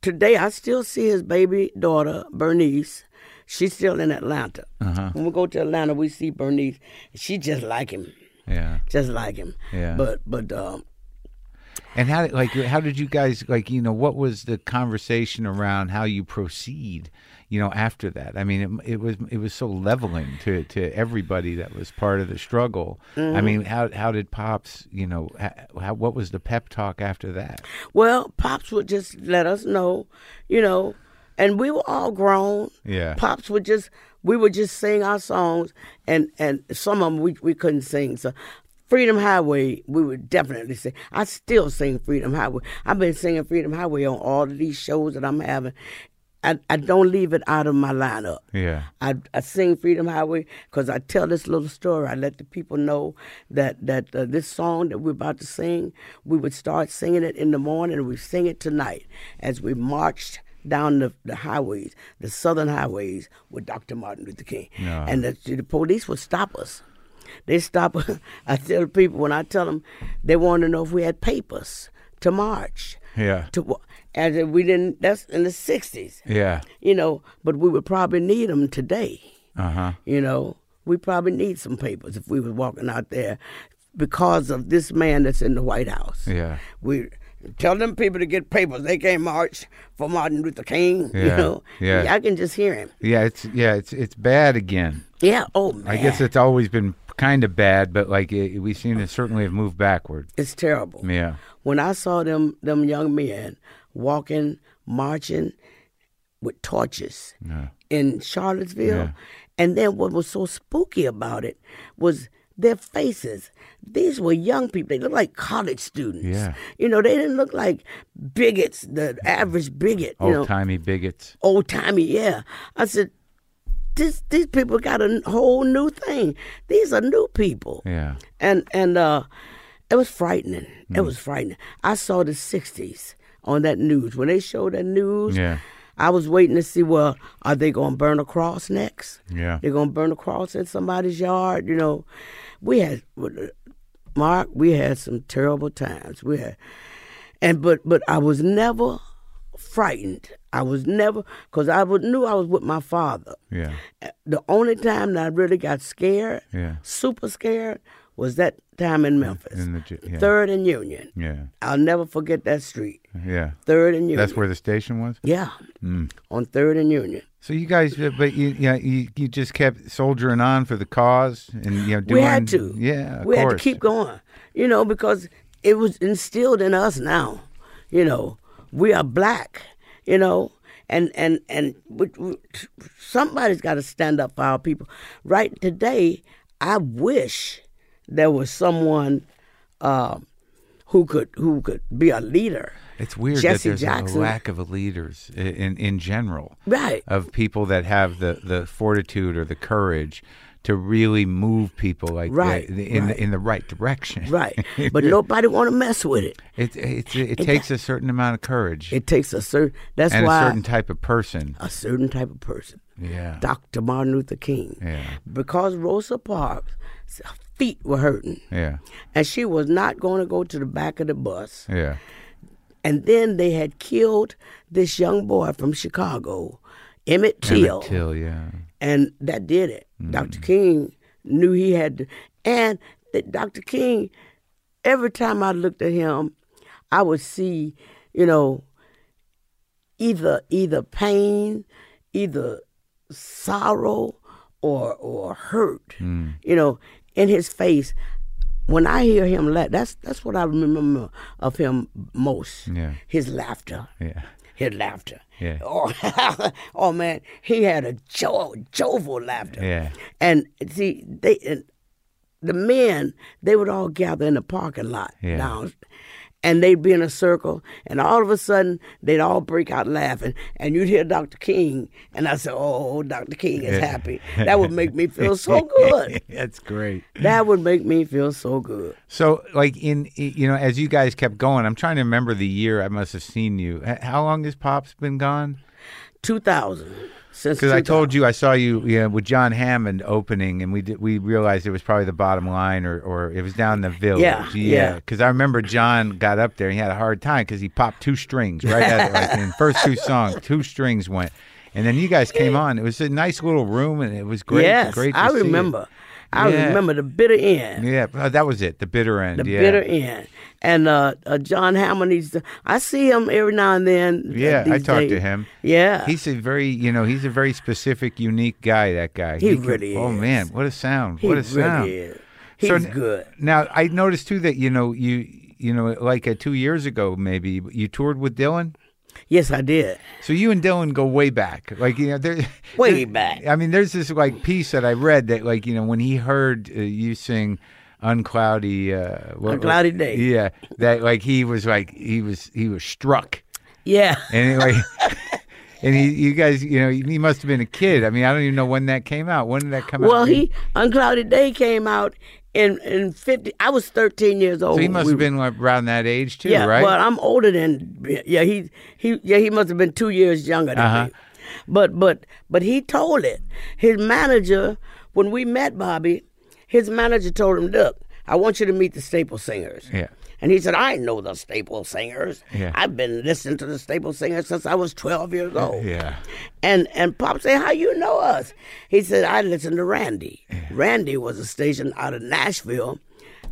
Speaker 2: today I still see his baby daughter Bernice. She's still in Atlanta.
Speaker 1: Uh-huh.
Speaker 2: When we go to Atlanta, we see Bernice. She just like him,
Speaker 1: Yeah.
Speaker 2: just like him.
Speaker 1: Yeah.
Speaker 2: But but um.
Speaker 1: And how did like how did you guys like you know what was the conversation around how you proceed you know after that? I mean it, it was it was so leveling to to everybody that was part of the struggle.
Speaker 2: Mm-hmm.
Speaker 1: I mean how how did pops you know how, how what was the pep talk after that?
Speaker 2: Well, Pops would just let us know, you know, and we were all grown.
Speaker 1: Yeah.
Speaker 2: Pops would just we would just sing our songs and and some of them we, we couldn't sing. So Freedom Highway, we would definitely sing. I still sing Freedom Highway. I've been singing Freedom Highway on all of these shows that I'm having. I, I don't leave it out of my lineup.
Speaker 1: Yeah.
Speaker 2: I, I sing Freedom Highway because I tell this little story. I let the people know that that uh, this song that we're about to sing, we would start singing it in the morning and we sing it tonight as we marched down the, the highways, the southern highways with Dr. Martin Luther King.
Speaker 1: Yeah.
Speaker 2: And the, the police would stop us. They stop. <laughs> I tell people when I tell them, they want to know if we had papers to march.
Speaker 1: Yeah.
Speaker 2: To wa- as if we didn't. That's in the '60s
Speaker 1: Yeah.
Speaker 2: you know, but we would probably need them today.
Speaker 1: Uh-huh.
Speaker 2: You know, we probably need some papers if we was walking out there because of this man that's in the White House.
Speaker 1: Yeah.
Speaker 2: We tell them people to get papers. They can't march for Martin Luther King. <laughs>
Speaker 1: Yeah,
Speaker 2: You know,
Speaker 1: yeah.
Speaker 2: I can just hear him.
Speaker 1: Yeah, it's yeah, it's it's bad again.
Speaker 2: Yeah. Oh man,
Speaker 1: I guess it's always been kind of bad, but like it, we seem to certainly have moved backward.
Speaker 2: it's terrible.
Speaker 1: Yeah.
Speaker 2: When I saw them them young men walking, marching with torches
Speaker 1: Yeah.
Speaker 2: in Charlottesville.
Speaker 1: Yeah.
Speaker 2: And then what was so spooky about it was their faces. These were young people. They looked like college students.
Speaker 1: Yeah.
Speaker 2: You know, they didn't look like bigots, the average bigot, you know,
Speaker 1: Old timey bigots.
Speaker 2: old timey, yeah. I said, this, these people got a whole new thing. These are new people
Speaker 1: Yeah.
Speaker 2: and and uh, it was frightening. It was frightening. I saw the '60s on that news when they showed that news.
Speaker 1: Yeah.
Speaker 2: I was waiting to see. Well, are they going to burn a cross next?
Speaker 1: Yeah.
Speaker 2: They're going to burn a cross in somebody's yard. You know, we had uh, Mark. We had some terrible times. We had, and but but I was never frightened. I was never because I was, knew I was with my father
Speaker 1: Yeah.
Speaker 2: the only time that I really got scared,
Speaker 1: Yeah.
Speaker 2: super scared, was that time in Memphis,
Speaker 1: In the ju- yeah.
Speaker 2: Third and Union.
Speaker 1: Yeah.
Speaker 2: I'll never forget that street,
Speaker 1: Yeah.
Speaker 2: Third and Union.
Speaker 1: That's where Mm. the station was.
Speaker 2: yeah, on Third and Union.
Speaker 1: So you guys, uh, but you, yeah, you, you just kept soldiering on for the cause, and you know, doing.
Speaker 2: we had to.
Speaker 1: Yeah. Of
Speaker 2: we had to
Speaker 1: course.
Speaker 2: keep going. You know, because it was instilled in us now. You know, we are black. You know, and and and we, we, somebody's got to stand up for our people. Right today, I wish there was someone uh, who could who could be a leader.
Speaker 1: It's weird that
Speaker 2: Jesse
Speaker 1: there's
Speaker 2: Jackson.
Speaker 1: a lack of leaders i- in in general.
Speaker 2: Right.
Speaker 1: Of people that have the the fortitude or the courage to really move people like
Speaker 2: Right,
Speaker 1: that, in
Speaker 2: right.
Speaker 1: The, in the right direction. <laughs>
Speaker 2: Right, but nobody want to mess with it.
Speaker 1: It it, it, takes a certain amount of courage
Speaker 2: It takes a certain. That's
Speaker 1: and a
Speaker 2: why
Speaker 1: certain type of person.
Speaker 2: a certain type of person.
Speaker 1: Yeah.
Speaker 2: Dr. Martin Luther King.
Speaker 1: Yeah.
Speaker 2: Because Rosa Parks' feet were hurting,
Speaker 1: Yeah.
Speaker 2: and she was not going to go to the back of the bus.
Speaker 1: Yeah.
Speaker 2: And then they had killed this young boy from Chicago, Emmett Till,
Speaker 1: Till, yeah.
Speaker 2: and that did it. Dr. King knew he had to, and that Dr. King. Every time I looked at him, I would see, you know, either either pain, either sorrow or or hurt. You know, in his face. When I hear him laugh, that's that's what I remember of him most.
Speaker 1: Yeah.
Speaker 2: His laughter.
Speaker 1: Yeah.
Speaker 2: His laughter.
Speaker 1: Yeah.
Speaker 2: Oh, oh <laughs> man, he had a jo- jovial laughter.
Speaker 1: Yeah. <laughs>
Speaker 2: And see, they and the men they would all gather in the parking lot
Speaker 1: Yeah.
Speaker 2: down, and they'd be in a circle, and all of a sudden they'd all break out laughing, and you'd hear Dr. King, and I said, "Oh, Dr. King is happy." That would make me feel so
Speaker 1: <laughs>
Speaker 2: good.
Speaker 1: That's great.
Speaker 2: That would make me feel so good.
Speaker 1: So, like in you know, as you guys kept going, I'm trying to remember the year I must have seen you. H- How long has Pops been gone?
Speaker 2: Two thousand since uh,
Speaker 1: Because I
Speaker 2: 2000.
Speaker 1: told you I saw you yeah, with John Hammond opening, and we did, we realized it was probably the bottom line, or, or it was down in the village.
Speaker 2: Yeah, yeah.
Speaker 1: Because I remember John got up there and he had a hard time because he popped two strings right at like in the first two songs, two strings went, and then you guys came on. It was a nice little room, and it was great.
Speaker 2: Yes,
Speaker 1: great. to
Speaker 2: I
Speaker 1: see it.
Speaker 2: remember. I
Speaker 1: Yeah.
Speaker 2: remember the bitter end.
Speaker 1: Yeah, uh, that was it. The bitter end.
Speaker 2: the
Speaker 1: yeah.
Speaker 2: bitter end. And uh, uh, John Hammond, he's, I see him every now and then. uh,
Speaker 1: Yeah, I
Speaker 2: these
Speaker 1: talked to
Speaker 2: days.
Speaker 1: him.
Speaker 2: Yeah.
Speaker 1: He's a very, you know, he's a very specific, unique guy. That guy.
Speaker 2: He
Speaker 1: can-
Speaker 2: really
Speaker 1: Oh
Speaker 2: is.
Speaker 1: man, what a sound!
Speaker 2: he
Speaker 1: what a
Speaker 2: really
Speaker 1: sound!
Speaker 2: is. He's
Speaker 1: So n-
Speaker 2: good.
Speaker 1: Now I noticed too that you know you you know like uh, two years ago maybe you toured with Dylan.
Speaker 2: Yes, I did.
Speaker 1: So you and Dylan go way back, like you know, there, <laughs>
Speaker 2: Way back.
Speaker 1: I mean, there's this like piece that I read that like you know when he heard uh, you sing "Uncloudy," uh, what-
Speaker 2: On Cloudy Day.
Speaker 1: yeah, that like he was like he was he was struck,
Speaker 2: Yeah.
Speaker 1: and it, like, <laughs> and he, you guys, you know, he must have been a kid. I mean, I don't even know when that came out. When did that come out?
Speaker 2: Well, he Unclouded Day came out in in fifty. I was thirteen years old.
Speaker 1: so he must
Speaker 2: We-
Speaker 1: have been like, around that age too,
Speaker 2: Yeah,
Speaker 1: right?
Speaker 2: well, I'm older than yeah. He he yeah. He must have been two years younger than
Speaker 1: Uh-huh.
Speaker 2: me. But but but he told it. His manager, when we met Bobby, his manager told him, "Look, I want you to meet the Staple Singers."
Speaker 1: yeah.
Speaker 2: And he said, I know the Staple Singers.
Speaker 1: Yeah.
Speaker 2: I've been listening to the Staple Singers since I was 12 years old.
Speaker 1: Yeah.
Speaker 2: And and Pop said, How you know us? He said, I listened to Randy. Randy was a station out of Nashville,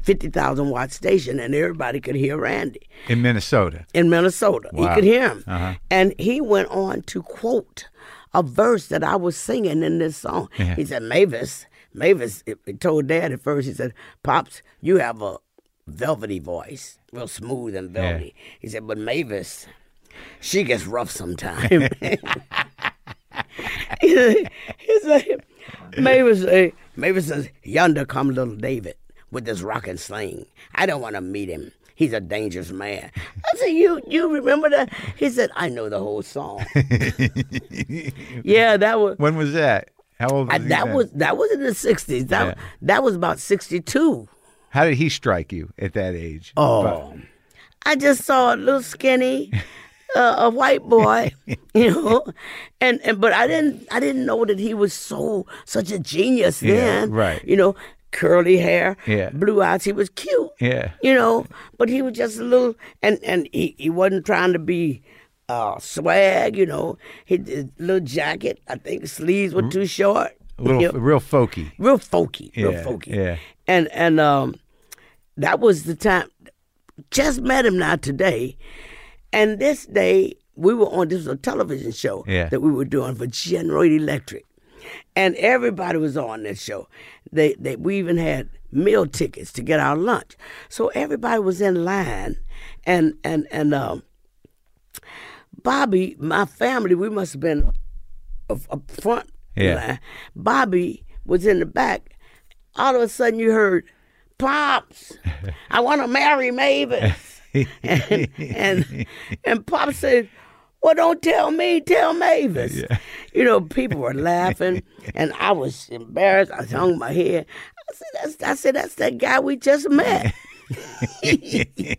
Speaker 2: 50,000 watt station, and everybody could hear Randy
Speaker 1: In Minnesota. <laughs>
Speaker 2: in Minnesota. You
Speaker 1: Wow. Uh-huh.
Speaker 2: could hear him. And he went on to quote a verse that I was singing in this song.
Speaker 1: Yeah.
Speaker 2: He said, Mavis, Mavis it- it told Dad at first, he said, Pops, you have a velvety voice, real smooth and velvety. He said, but Mavis, she gets rough sometimes. <laughs> he said, Mavis, eh, Mavis says, yonder come little David with this rock and sling. I don't want to meet him. He's a dangerous man. I said, you you remember that? He said, I know the whole song. yeah, that was
Speaker 1: When was that? How old was
Speaker 2: I,
Speaker 1: he
Speaker 2: that
Speaker 1: then?
Speaker 2: was that was in the sixties. That
Speaker 1: Yeah.
Speaker 2: that was about sixty two.
Speaker 1: How did he strike you at that age?
Speaker 2: Oh, I just saw a
Speaker 1: <laughs>
Speaker 2: little skinny, uh, a white boy, you know, and, and but I didn't I didn't know that he was so such a genius
Speaker 1: Yeah,
Speaker 2: then,
Speaker 1: right.
Speaker 2: You know, curly hair,
Speaker 1: Yeah.
Speaker 2: blue eyes. He was cute,
Speaker 1: Yeah.
Speaker 2: you know, but he was just a little, and and he, he wasn't trying to be. Uh, swag, you know, his, his little jacket. I think sleeves were too short.
Speaker 1: a little,
Speaker 2: you know,
Speaker 1: real folky.
Speaker 2: real folky, real
Speaker 1: Yeah,
Speaker 2: folky.
Speaker 1: yeah.
Speaker 2: And and um, that was the time. Just met him now today, and this day we were on this was a television show
Speaker 1: Yeah.
Speaker 2: that we were doing for General Electric, and everybody was on this show. They they we even had meal tickets to get our lunch, so everybody was in line, and and and um. Bobby, my family, we must have been up up front.
Speaker 1: Yeah.
Speaker 2: line. Bobby was in the back. All of a sudden, you heard, "Pops, I want to marry Mavis," and, and and Pop said, "Well, don't tell me, tell Mavis." You know, people were laughing, and I was embarrassed. I hung my head. I said, "That's," I said, "That's that guy we just met."
Speaker 1: He's been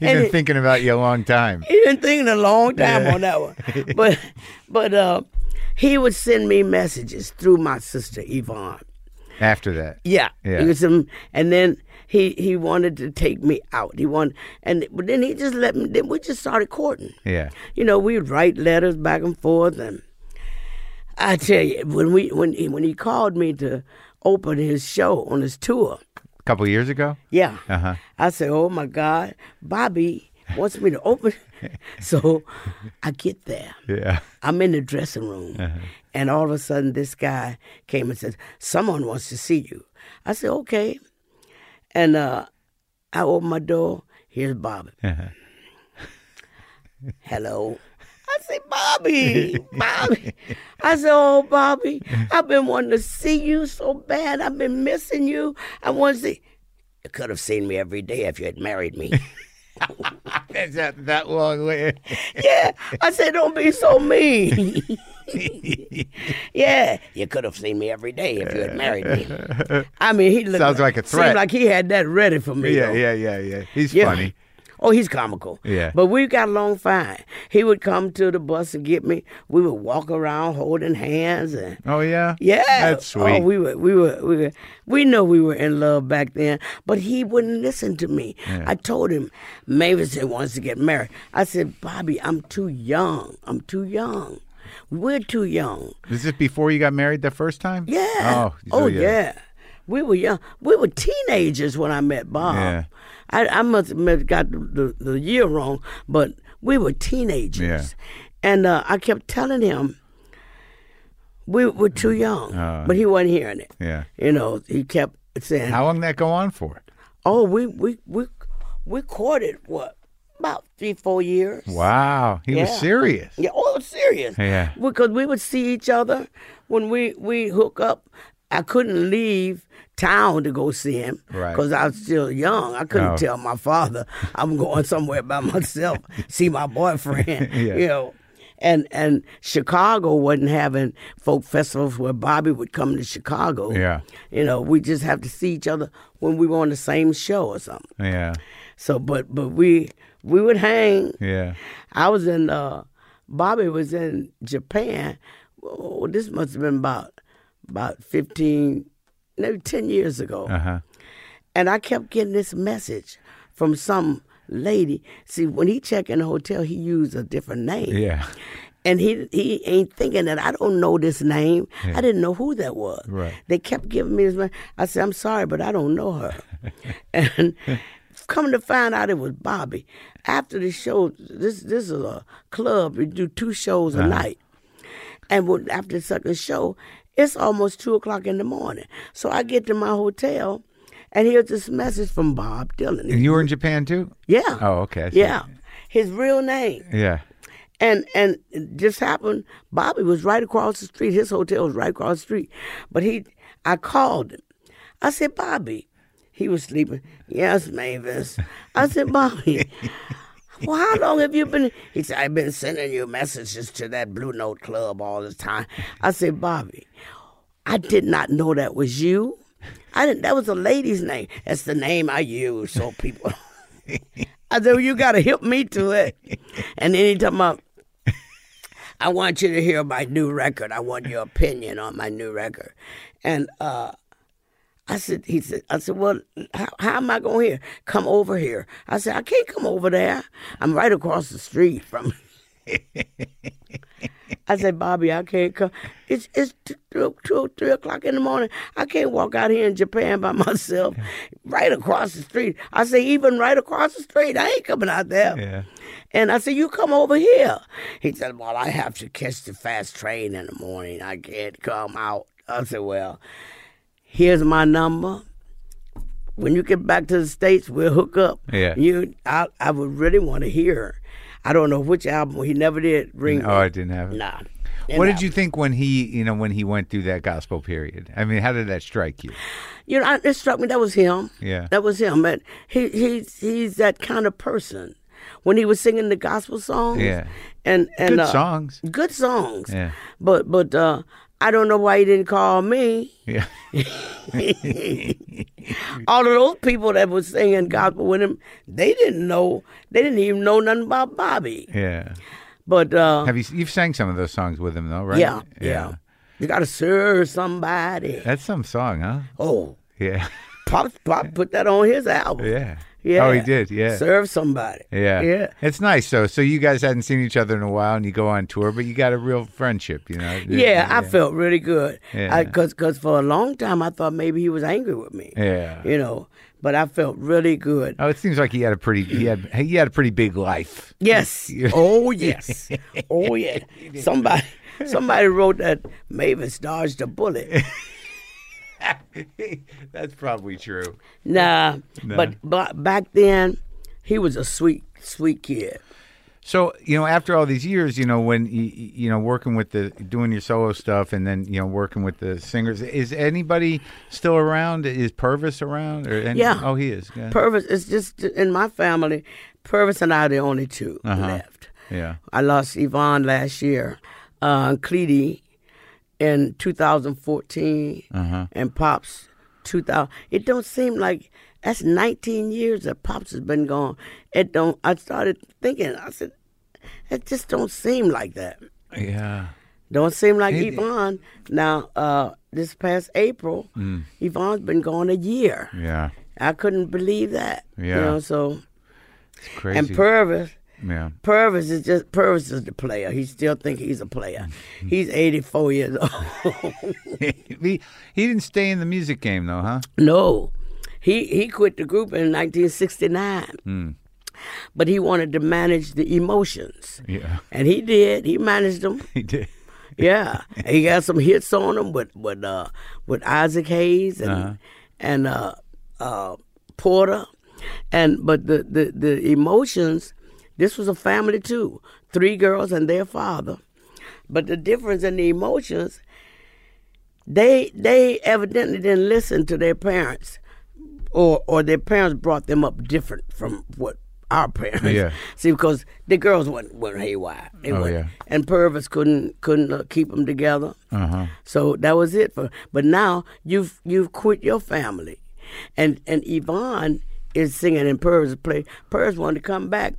Speaker 2: it-
Speaker 1: thinking about you a long
Speaker 2: <laughs>
Speaker 1: time.
Speaker 2: He been thinking a long time on
Speaker 1: <laughs>
Speaker 2: that one. But but uh, he would send me messages through my sister Yvonne.
Speaker 1: After that,
Speaker 2: Yeah.
Speaker 1: Yeah.
Speaker 2: He was some, and then he he wanted to take me out. He wanted and but then he just let me then we just started courting.
Speaker 1: yeah,
Speaker 2: You know, we'd write letters back and forth and I tell you, when we when he, when he called me to open his show on his tour,
Speaker 1: a couple years ago.
Speaker 2: yeah.
Speaker 1: Uh-huh.
Speaker 2: I said, "Oh my God, Bobby wants me to
Speaker 1: <laughs>
Speaker 2: open." so I get there.
Speaker 1: Yeah,
Speaker 2: I'm in the dressing room, and all of a sudden, this guy came and said, "Someone wants to see you." I said, "Okay," and uh, I opened my door. Here's Bobby. Hello. I said, Bobby, Bobby. I said, Oh, Bobby, I've been wanting to see you so bad. I've been missing you. I want to see. You could have seen me every day if you had married me.
Speaker 1: Is that that long way.
Speaker 2: yeah. I said, Don't be
Speaker 1: <laughs>
Speaker 2: so mean. yeah. You could have seen me every day if you had married
Speaker 1: <laughs>
Speaker 2: me. I mean, he looked
Speaker 1: Sounds like a threat.
Speaker 2: Seemed like he had that ready for me.
Speaker 1: <laughs> Yeah,
Speaker 2: though.
Speaker 1: yeah, yeah, yeah. He's
Speaker 2: Yeah.
Speaker 1: funny.
Speaker 2: Oh, he's comical.
Speaker 1: Yeah.
Speaker 2: But we got along fine. He would come to the bus and get me. We would walk around holding hands and
Speaker 1: Oh yeah,
Speaker 2: yeah.
Speaker 1: That's sweet.
Speaker 2: Oh, we were we were we were we know we were in love back then, but he wouldn't listen to me. I told him Mavis said wants to get married. I said, Bobby, I'm too young. I'm too young. We're too young.
Speaker 1: Is this before you got married the first time?
Speaker 2: Yeah.
Speaker 1: Oh, so
Speaker 2: yeah. we were young. We were teenagers when I met Bob.
Speaker 1: Yeah.
Speaker 2: I, I must have got the, the, the year wrong, but we were teenagers.
Speaker 1: Yeah.
Speaker 2: And uh, I kept telling him we were too young,
Speaker 1: Uh.
Speaker 2: but he wasn't hearing it.
Speaker 1: Yeah.
Speaker 2: You know, he kept saying,
Speaker 1: How long did that go on for?
Speaker 2: "Oh, we we we we courted what about three four years."
Speaker 1: Wow, he
Speaker 2: Yeah.
Speaker 1: was serious.
Speaker 2: Yeah, oh, I'm serious.
Speaker 1: Yeah.
Speaker 2: Because we would see each other when we we hook up. I couldn't leave town to go see him
Speaker 1: Right.
Speaker 2: because I was still young. I couldn't
Speaker 1: Oh.
Speaker 2: tell my father I'm going somewhere by myself, see my boyfriend.
Speaker 1: <laughs> Yeah.
Speaker 2: You know. And and Chicago wasn't having folk festivals where Bobby would come to Chicago.
Speaker 1: Yeah.
Speaker 2: You know, we just have to see each other when we were on the same show or something.
Speaker 1: Yeah,
Speaker 2: So but but we we would hang
Speaker 1: yeah.
Speaker 2: I was in uh Bobby was in Japan. Oh, this must have been about about fifteen, maybe ten years ago.
Speaker 1: Uh-huh.
Speaker 2: And I kept getting this message from some lady. See, when he checked in the hotel, he used a different name.
Speaker 1: Yeah,
Speaker 2: And he he ain't thinking that I don't know this name. I didn't know who that was.
Speaker 1: Right.
Speaker 2: They kept giving me this. ma- I said, I'm sorry, but I don't know
Speaker 1: <laughs>
Speaker 2: her. and come to find out, it was Bobby. After the show, this this is a club. We do two shows
Speaker 1: Uh-huh.
Speaker 2: a night. And when, after the second show, it's almost two o'clock in the morning. So I get to my hotel, and here's this message from Bob Dylan.
Speaker 1: and you were in Japan too.
Speaker 2: Yeah.
Speaker 1: Oh, okay. I see.
Speaker 2: Yeah. His real name
Speaker 1: yeah.
Speaker 2: and and it just happened. Bobby was right across the street. His hotel was right across the street. But he, I called him. I said, Bobby, he was sleeping. Yes, Mavis. I said, Bobby. Well, how long have you been? He said, I've been sending you messages to that Blue Note Club all the time. I said, Bobby, I did not know that was you. I didn't. That was a lady's name. That's the name I use. So people, <laughs> I said, well, you got to help me to it. And then he talking about, I want you to hear my new record. I want your opinion on my new record. And uh, I said, he said, I said, well, how, how am I going here? Come over here. I said, I can't come over there. I'm right across the street from. <laughs> I said, Bobby, I can't come. It's it's t- two, two, three o'clock in the morning. I can't walk out here in Japan by <laughs> myself, right across the street. I say, even right across the street, I ain't coming out there.
Speaker 1: Yeah.
Speaker 2: And I said, You come over here. He said, Well, I have to catch the fast train in the morning. I can't come out. I said, Well, here's my number. When you get back to the States, we'll hook up.
Speaker 1: Yeah.
Speaker 2: You I I would really want to hear. I don't know which album he never did ring.
Speaker 1: Oh, I didn't have it.
Speaker 2: Nah.
Speaker 1: What did you think when he, you know, when he went through that gospel period? I mean, how did that strike you?
Speaker 2: You know, I- it struck me that was him.
Speaker 1: Yeah.
Speaker 2: that was him. But he he's he's that kind of person. When he was singing the gospel songs,
Speaker 1: Yeah.
Speaker 2: and and
Speaker 1: Good
Speaker 2: uh,
Speaker 1: songs.
Speaker 2: good songs.
Speaker 1: Yeah.
Speaker 2: But but uh, I don't know why he didn't call me.
Speaker 1: Yeah. Mm.
Speaker 2: All of those people that was singing gospel with him, they didn't know. They didn't even know nothing about Bobby.
Speaker 1: Yeah.
Speaker 2: But uh,
Speaker 1: Have you you've sang some of those songs with him though, right?
Speaker 2: yeah, yeah, you gotta serve somebody.
Speaker 1: That's some song, huh?
Speaker 2: Oh,
Speaker 1: Yeah. <laughs>
Speaker 2: Pop Pop put that on his album.
Speaker 1: Yeah.
Speaker 2: Yeah.
Speaker 1: Oh, he did. Yeah.
Speaker 2: Serve somebody.
Speaker 1: Yeah.
Speaker 2: Yeah.
Speaker 1: It's nice though. So you guys hadn't seen each other in a while and you go on tour, but you got a real friendship, you know.
Speaker 2: Yeah, I felt really good.
Speaker 1: Yeah.
Speaker 2: Because cause for a long time, I thought maybe he was angry with me.
Speaker 1: Yeah.
Speaker 2: You know, but I felt really good.
Speaker 1: Oh, it seems like he had a pretty he had he had a pretty big life.
Speaker 2: Yes. Oh, yes. oh, yeah. Somebody somebody wrote that Mavis dodged a bullet.
Speaker 1: <laughs> That's probably true.
Speaker 2: Nah. But, but back then, he was a sweet, sweet kid.
Speaker 1: So you know, after all these years, you know, when you, you know working with the doing your solo stuff, and then you know working with the singers, is anybody still around? Is Purvis around? Or any,
Speaker 2: Yeah.
Speaker 1: oh, he is. Yeah.
Speaker 2: Purvis, it's just in my family, Purvis and I are the only 2 left.
Speaker 1: yeah,
Speaker 2: I lost Yvonne last year, uh, Cleety in 2014,
Speaker 1: Uh-huh.
Speaker 2: and Pops 2000. It don't seem like that's 19 years that Pops has been gone. It don't. I started thinking. I said, it just don't seem like that.
Speaker 1: yeah,
Speaker 2: Don't seem like
Speaker 1: It-
Speaker 2: Yvonne. Now, uh, this past April,
Speaker 1: Mm.
Speaker 2: Yvonne's been gone a year.
Speaker 1: yeah.
Speaker 2: I couldn't believe that. You
Speaker 1: Yeah.
Speaker 2: know, so
Speaker 1: It's crazy.
Speaker 2: and Purvis
Speaker 1: Yeah. <laughs>
Speaker 2: Purvis is just Purvis is the player. He still think he's a player. He's eighty four years old. <laughs>
Speaker 1: he, he didn't stay in the music game though, huh?
Speaker 2: no, he he quit the group in nineteen sixty nine, but he wanted to manage the emotions,
Speaker 1: Yeah.
Speaker 2: and he did. <laughs> He managed them.
Speaker 1: He did.
Speaker 2: Yeah, And he got some hits on him with with uh, with Isaac Hayes and
Speaker 1: Uh-huh.
Speaker 2: and uh, uh, Porter, and but the, the the emotions. This was a family too, three girls and their father, but the difference in the emotions. They they evidently didn't listen to their parents, or or their parents brought them up different from what our <laughs> parents.
Speaker 1: Yeah.
Speaker 2: See, because the girls went went haywire. They
Speaker 1: Oh,
Speaker 2: went-
Speaker 1: yeah.
Speaker 2: and Purvis couldn't couldn't uh, keep them together.
Speaker 1: Uh-huh.
Speaker 2: So that was it for. But now you've you've quit your family, and and Yvonne is singing in Purvis' play. Purvis wanted to come back,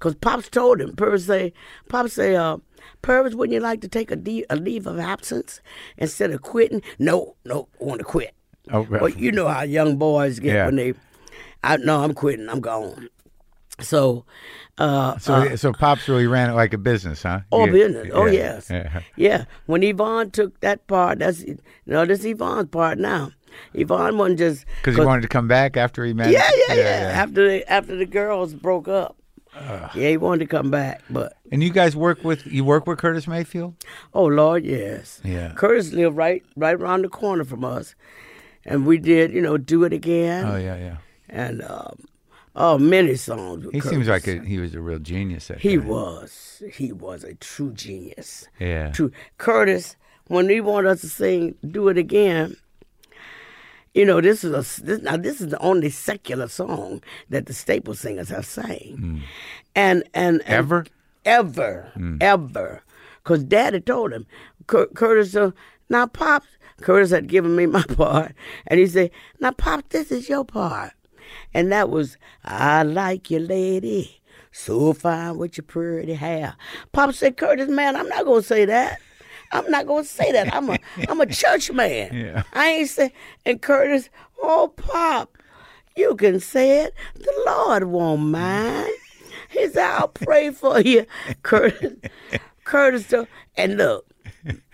Speaker 2: cause Pops told him. Purvis say, Pops say, uh, Purvis, wouldn't you like to take a, de- a leave of absence instead of quitting? No, no, want to quit.
Speaker 1: Oh, well.
Speaker 2: Well, you know how young boys get
Speaker 1: Yeah.
Speaker 2: when they, I no, I'm quitting, I'm gone. So, uh,
Speaker 1: So so Pops really ran it like a business, huh?
Speaker 2: Oh,
Speaker 1: Yeah.
Speaker 2: business. Oh, yes.
Speaker 1: Yeah.
Speaker 2: Yeah. When Yvonne took that part, that's no, this Yvonne's part now. Yvonne wasn't just
Speaker 1: Because he wanted to come back after he met.
Speaker 2: yeah, yeah, yeah, After the after the girls broke up, yeah, he wanted to come back, but
Speaker 1: And you guys work with you work with Curtis Mayfield?
Speaker 2: oh Lord, yes.
Speaker 1: Yeah.
Speaker 2: Curtis lived right right around the corner from us, and we did you know do it again
Speaker 1: Oh yeah, yeah.
Speaker 2: and um, oh many songs. With
Speaker 1: He
Speaker 2: Curtis.
Speaker 1: seems like a, he was a real genius. At
Speaker 2: He
Speaker 1: that.
Speaker 2: was. He was a true genius.
Speaker 1: Yeah.
Speaker 2: True. Curtis, when he wanted us to sing Do It Again, you know, this is a this, now this is the only secular song that the staple singers have sang. And, and and
Speaker 1: Mm. Ever? <laughs>
Speaker 2: Ever. Ever. Cause daddy told him, Cur- Curtis uh, now Pops Curtis had given me my <laughs> part and he said, Now Pops, this is your part. And that was I like you lady. So fine with your pretty hair. Pop said, Curtis, man, I'm not gonna say that. I'm not gonna say that. I'm a I'm a church man.
Speaker 1: Yeah.
Speaker 2: I ain't say and Curtis, oh Pop, you can say it. The Lord won't mind. He said, I'll pray for <laughs> you. Curtis Curtis told- and look,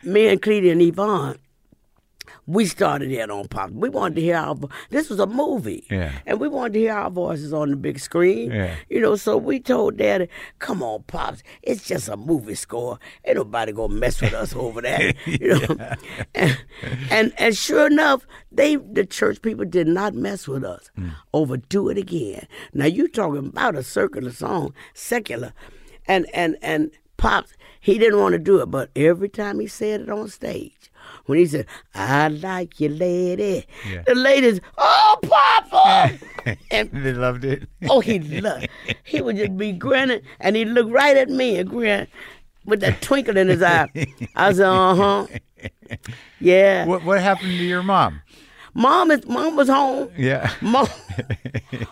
Speaker 2: me and Cleta and Yvonne, we started in on pop. We wanted to hear our vo- this was a movie,
Speaker 1: Yeah.
Speaker 2: and we wanted to hear our voices on the big screen.
Speaker 1: Yeah.
Speaker 2: You know, so we told Daddy, "Come on, pops, it's just a movie score. Ain't nobody gonna mess with us over that." You know, and, and and sure enough, they the church people did not mess with us over "Do It Again." Now you talking about a circular song, secular, and and and pops. He didn't want to do it, but every time he said it on stage, when he said, I like you, lady,
Speaker 1: Yeah.
Speaker 2: the ladies, oh, Papa! and
Speaker 1: They loved it. <laughs>
Speaker 2: oh, he looked. He would just be grinning, and he'd look right at me and grin with that twinkle in his eye. I said, uh huh. Yeah.
Speaker 1: What what happened to your mom?
Speaker 2: Mom, is, mom was home.
Speaker 1: Yeah. <laughs>
Speaker 2: Mom,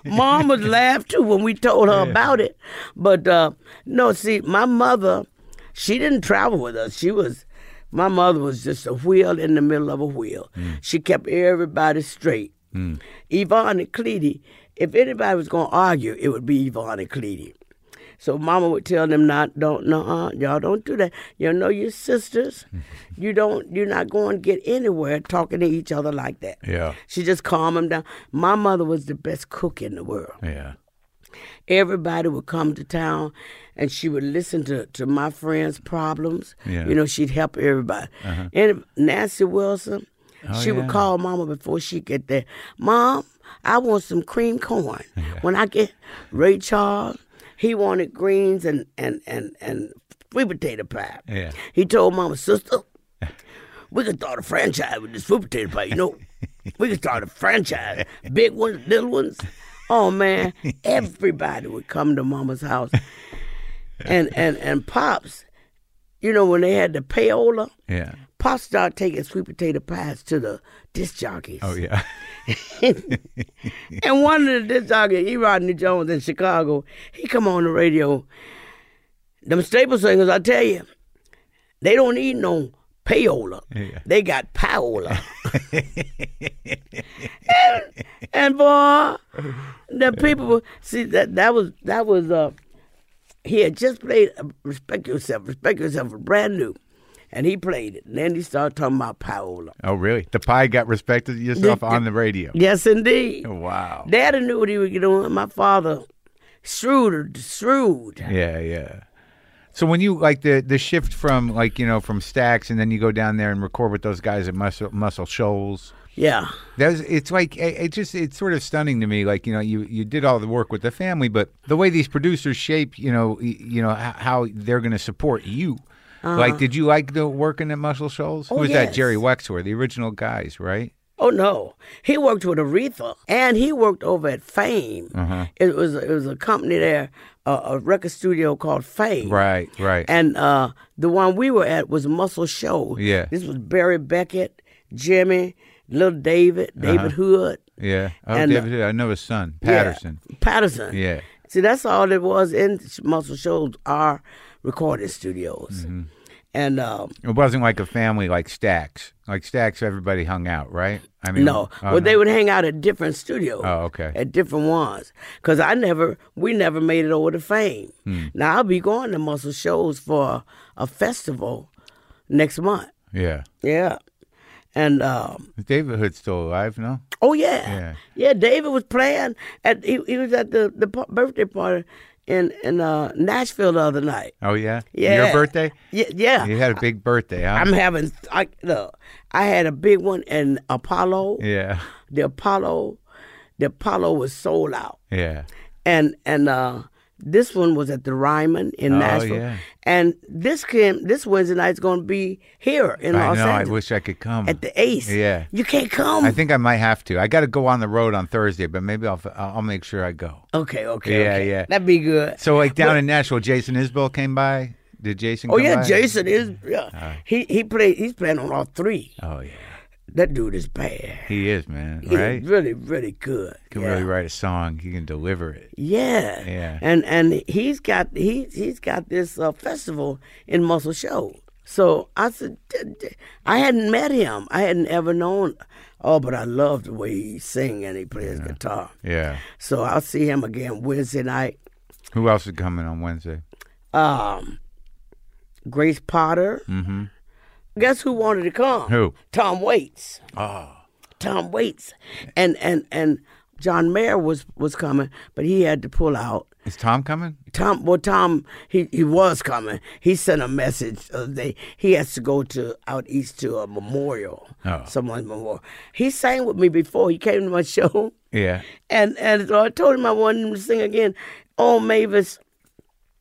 Speaker 2: mom was laughed too when we told her about it. But uh, no, see, my mother, she didn't travel with us. She was, my mother was just a wheel in the middle of a wheel. She kept everybody straight. Yvonne and Cleety, if anybody was going to argue, it would be Yvonne and Cleety. So Mama would tell them, "Not, don't, no, uh, y'all don't do that. You know your sisters. You don't. You're not going to get anywhere talking to each other like that."
Speaker 1: Yeah.
Speaker 2: She just calmed him down. My mother was the best cook in the world.
Speaker 1: Yeah.
Speaker 2: Everybody would come to town and she would listen to, to my friends' problems.
Speaker 1: Yeah. Uh-huh.
Speaker 2: You know, she'd help everybody. And Nancy Wilson, she
Speaker 1: Oh, yeah.
Speaker 2: would call mama before she get there. Mom, I want some cream corn. When I get Ray Charles, he wanted greens and and and and sweet potato pie.
Speaker 1: Yeah.
Speaker 2: He told mama, sister, we could start a franchise with this sweet potato pie, you know. we could start a franchise. Big ones, little ones. Oh man, everybody would come to mama's house. And and and Pops, you know, when they had the payola,
Speaker 1: Yeah.
Speaker 2: Pops started taking sweet potato pies to the disc jockeys.
Speaker 1: Oh yeah. <laughs>
Speaker 2: And one of the disc jockeys, E. Rodney Jones in Chicago, he come on the radio. Them staple singers, I tell you, they don't need no payola.
Speaker 1: Yeah.
Speaker 2: They got payola.
Speaker 1: <laughs>
Speaker 2: and, and boy, the people were- see that that was that was uh he had just played uh, Respect Yourself. Respect Yourself was brand new. And he played it. And then he started talking about Paola.
Speaker 1: Oh, really? The pie got respected yourself on the radio. Oh,
Speaker 2: Yes, indeed.
Speaker 1: Wow.
Speaker 2: Daddy knew what he was doing. My father, shrewd, shrewd.
Speaker 1: Yeah, yeah. So when you like the the shift from like you know from Stacks and then you go down there and record with those guys at Muscle Muscle Shoals,
Speaker 2: Yeah.
Speaker 1: that was, it's like it, it just it's sort of stunning to me. Like you know you you did all the work with the family, but the way these producers shape you know y- you know h- how they're going to support you. Like, did you like the working at Muscle Shoals? Who
Speaker 2: Uh-huh. Oh,
Speaker 1: was that?
Speaker 2: yes.
Speaker 1: Jerry Wexler, the original guys, right?
Speaker 2: Oh no, he worked with Aretha, and he worked over at Fame.
Speaker 1: Uh-huh.
Speaker 2: It was it was a company there, uh, a record studio called Fame.
Speaker 1: Right, right.
Speaker 2: And uh, the one we were at was Muscle Shoals.
Speaker 1: Yeah.
Speaker 2: This was Barry Beckett, Jimmy, Little David,
Speaker 1: Uh-huh.
Speaker 2: David Hood,
Speaker 1: yeah. Oh,
Speaker 2: and, uh,
Speaker 1: David, I know his son,
Speaker 2: yeah,
Speaker 1: Patterson.
Speaker 2: Patterson.
Speaker 1: Yeah.
Speaker 2: See, that's all there was in Muscle Shoals, our recording studios,
Speaker 1: Mm-hmm.
Speaker 2: and um,
Speaker 1: It wasn't like a family like Stacks. Like Stacks, everybody hung out, right? I mean,
Speaker 2: No,
Speaker 1: oh,
Speaker 2: well, they would hang out at different studios.
Speaker 1: Oh, okay.
Speaker 2: At different ones, because I never, we never made it over to Fame.
Speaker 1: Hmm.
Speaker 2: Now I'll be going to Muscle shows for a festival next month.
Speaker 1: yeah.
Speaker 2: Yeah, and um,
Speaker 1: Is David Hood still alive? No.
Speaker 2: oh yeah.
Speaker 1: Yeah.
Speaker 2: David was playing at he, he was at the the pa- birthday party in in uh, Nashville the other night.
Speaker 1: Oh yeah.
Speaker 2: Yeah.
Speaker 1: Your birthday?
Speaker 2: Yeah, yeah.
Speaker 1: You had a big birthday, huh?
Speaker 2: I'm having I, look. I had a big one in Apollo.
Speaker 1: yeah.
Speaker 2: The Apollo, the Apollo was sold out.
Speaker 1: Yeah.
Speaker 2: and and uh this one was at the Ryman in
Speaker 1: Oh,
Speaker 2: Nashville,
Speaker 1: yeah.
Speaker 2: and this came this Wednesday night's going to be here in
Speaker 1: I
Speaker 2: Los
Speaker 1: know.
Speaker 2: Angeles
Speaker 1: I wish I could come.
Speaker 2: at the Ace.
Speaker 1: Yeah.
Speaker 2: you can't come.
Speaker 1: I think I might have to. I got to go on the road on Thursday, but maybe I'll I'll make sure I go.
Speaker 2: okay, okay,
Speaker 1: Yeah,
Speaker 2: okay.
Speaker 1: yeah.
Speaker 2: that'd be good.
Speaker 1: So like down in Nashville, Jason Isbell came by. Did Jason?
Speaker 2: Oh
Speaker 1: come
Speaker 2: yeah,
Speaker 1: by?
Speaker 2: Jason is
Speaker 1: Uh.
Speaker 2: yeah. He he played. He's playing on all three.
Speaker 1: Oh yeah.
Speaker 2: That dude is bad.
Speaker 1: He is man,
Speaker 2: He is
Speaker 1: right?
Speaker 2: really, really good.
Speaker 1: Can
Speaker 2: yeah.
Speaker 1: really write a song. He can deliver it.
Speaker 2: Yeah.
Speaker 1: Yeah.
Speaker 2: And and he's got he he's got this uh, festival in Muscle Shoals. So I said "D- d- I hadn't met him. I hadn't ever known. Oh, but I love the way he sing and he plays guitar.
Speaker 1: Yeah.
Speaker 2: So I'll see him again Wednesday night.
Speaker 1: Who else is coming on Wednesday?
Speaker 2: Um, Grace Potter. Mm-hmm. Guess who wanted to come?
Speaker 1: Who?
Speaker 2: Tom Waits.
Speaker 1: Oh.
Speaker 2: Tom Waits. And and and John Mayer was was coming, but he had to pull out.
Speaker 1: Is Tom coming?
Speaker 2: Tom, well, Tom, he, he was coming. He sent a message. Uh, they he has to go to out east to a memorial,
Speaker 1: Oh.
Speaker 2: someone's memorial. He sang with me before. He came to my <laughs> show,
Speaker 1: Yeah.
Speaker 2: and and so I told him I wanted him to sing again. Oh, Mavis,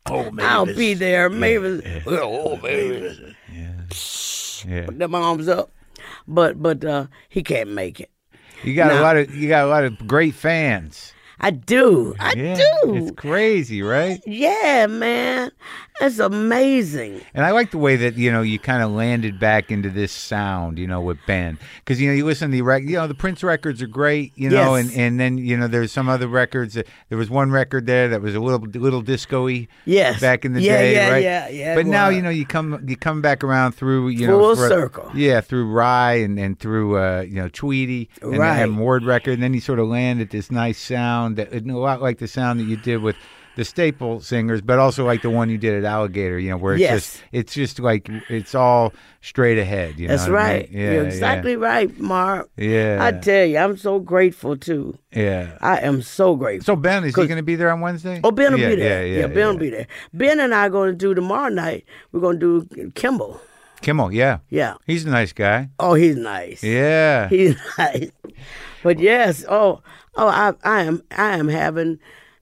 Speaker 1: Oh man.
Speaker 2: I'll be there, Mavis. Oh, Mavis,
Speaker 1: Yeah.
Speaker 2: put them arms up, but but uh, he can't make it.
Speaker 1: You got a lot of you got a lot of great fans.
Speaker 2: I do, I
Speaker 1: yeah,
Speaker 2: do.
Speaker 1: It's crazy, right?
Speaker 2: yeah, man, that's amazing.
Speaker 1: And I like the way that you know you kind of landed back into this sound, you know, with Ben, because you know you listen to the rec- you know the Prince records are great, you know,
Speaker 2: Yes.
Speaker 1: and and then you know there's some other records. That, there was one record there that was a little little disco-y
Speaker 2: Yes.
Speaker 1: back in the
Speaker 2: Yeah,
Speaker 1: day,
Speaker 2: yeah,
Speaker 1: right?
Speaker 2: yeah, yeah, it
Speaker 1: But now
Speaker 2: was.
Speaker 1: you know you come you come back around through you know
Speaker 2: Full
Speaker 1: thro-
Speaker 2: circle.
Speaker 1: yeah, through Rye and and through uh, you know Tweety and,
Speaker 2: Right.
Speaker 1: and Ward record, and then you sort of land at this nice sound that a lot like the sound that you did with the staple singers, but also like the one you did at Alligator, you know, where it's
Speaker 2: Yes.
Speaker 1: just it's just like it's all straight ahead. You know
Speaker 2: That's
Speaker 1: what I mean?
Speaker 2: right. You're exactly right, Mark.
Speaker 1: Yeah.
Speaker 2: I tell you, I'm so grateful too.
Speaker 1: Yeah.
Speaker 2: I am so grateful.
Speaker 1: So Ben, is he going to be there on Wednesday?
Speaker 2: oh, Ben will
Speaker 1: yeah,
Speaker 2: be there.
Speaker 1: Yeah,
Speaker 2: Yeah,
Speaker 1: yeah,
Speaker 2: Ben will be there. Ben and I are going to do tomorrow night. We're going to do Kimball.
Speaker 1: Kimmel, yeah,
Speaker 2: Yeah.
Speaker 1: he's a nice guy.
Speaker 2: Oh, he's nice.
Speaker 1: Yeah,
Speaker 2: He's <laughs> nice. But yes, oh, oh, I, I am, I am having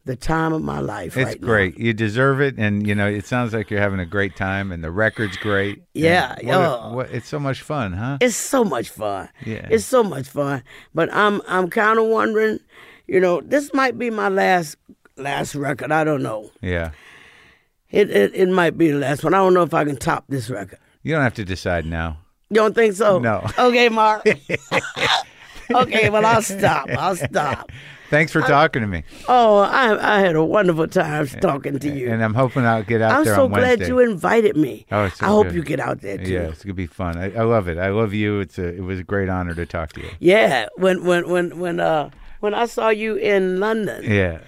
Speaker 2: the time of my life.
Speaker 1: it's
Speaker 2: right now.
Speaker 1: great. You deserve it, and you know it sounds like you're having a great time, and the record's great.
Speaker 2: Yeah, oh.
Speaker 1: And what a-
Speaker 2: yeah.
Speaker 1: what- it's so much fun, huh?
Speaker 2: It's so much fun.
Speaker 1: Yeah.
Speaker 2: It's so much fun. But I'm I'm kind of wondering, you know, this might be my last last record. I don't know.
Speaker 1: yeah,
Speaker 2: It, it it might be the last one. I don't know if I can top this record.
Speaker 1: you don't have to decide now.
Speaker 2: You don't think so?
Speaker 1: No.
Speaker 2: <laughs> Okay, Mark.
Speaker 1: <laughs>
Speaker 2: okay, well I'll stop. I'll stop.
Speaker 1: Thanks for talking to me,
Speaker 2: Oh, I I had a wonderful time talking to you.
Speaker 1: and I'm hoping I'll get out
Speaker 2: I'm
Speaker 1: there
Speaker 2: so
Speaker 1: on Wednesday.
Speaker 2: glad you invited me.
Speaker 1: Oh, it's so
Speaker 2: I hope
Speaker 1: good.
Speaker 2: you get out there too.
Speaker 1: Yeah, it's gonna be fun. I, I love it. I love you. It's a it was a great honor to talk to you.
Speaker 2: Yeah, when when when when uh when I saw you in London,
Speaker 1: Yeah,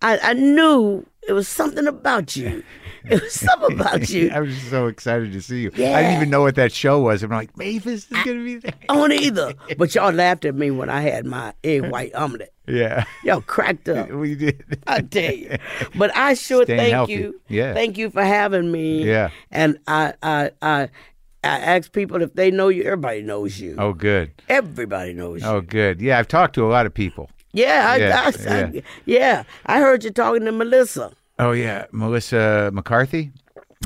Speaker 2: I, I knew It was something about
Speaker 1: <laughs>
Speaker 2: you. It was something about you.
Speaker 4: <laughs> I was so excited to see you. I
Speaker 2: Yeah.
Speaker 4: didn't even know what that show was. I'm like, Mavis is gonna
Speaker 2: <laughs>
Speaker 4: be there.
Speaker 2: On either. But y'all laughed at me when I had my egg white omelet.
Speaker 4: Yeah,
Speaker 2: Y'all cracked up.
Speaker 4: <laughs> we did.
Speaker 2: <laughs> I tell you. But I sure
Speaker 4: Staying
Speaker 2: thank
Speaker 4: healthy.
Speaker 2: you.
Speaker 4: Yeah.
Speaker 2: Thank you for having me.
Speaker 4: Yeah.
Speaker 2: And I I I I ask people if they know you. Everybody knows you.
Speaker 4: Oh, good.
Speaker 2: Everybody knows you.
Speaker 4: Oh, good. Yeah, I've talked to a lot of people.
Speaker 2: Yeah, I,
Speaker 4: Yeah,
Speaker 2: I, I, yeah. I heard you talking to Melissa.
Speaker 4: Oh yeah, Melissa McCarthy.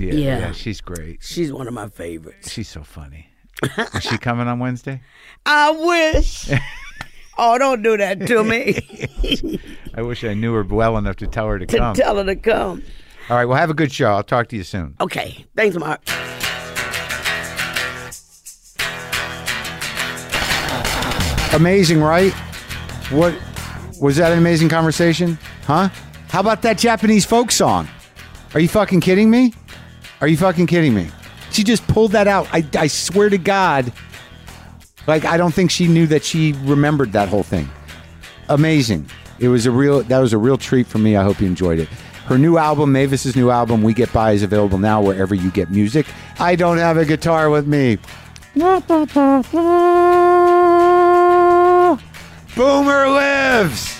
Speaker 4: Yeah,
Speaker 2: Yeah.
Speaker 4: yeah, she's great.
Speaker 2: She's one of my favorites.
Speaker 4: She's so funny. Is she coming on Wednesday?
Speaker 2: I
Speaker 4: <laughs>
Speaker 2: wish. oh, don't do that to me.
Speaker 4: I wish I knew her well enough to tell her to
Speaker 2: to
Speaker 4: <laughs> come.
Speaker 2: tell her to come.
Speaker 4: All right, well, have a good show. I'll talk to you soon.
Speaker 2: Okay. Thanks, Mark.
Speaker 1: Amazing, right? What was that an amazing conversation? Huh? How about that Japanese folk song? Are you fucking kidding me? Are you fucking kidding me? She just pulled that out. I, I swear to God. Like, I don't think she knew that she remembered that whole thing. Amazing. It was a real, that was a real treat for me. I hope you enjoyed it. Her new album, Mavis's new album, We Get By, is available now wherever you get music. I don't have a guitar with me. Boomer lives!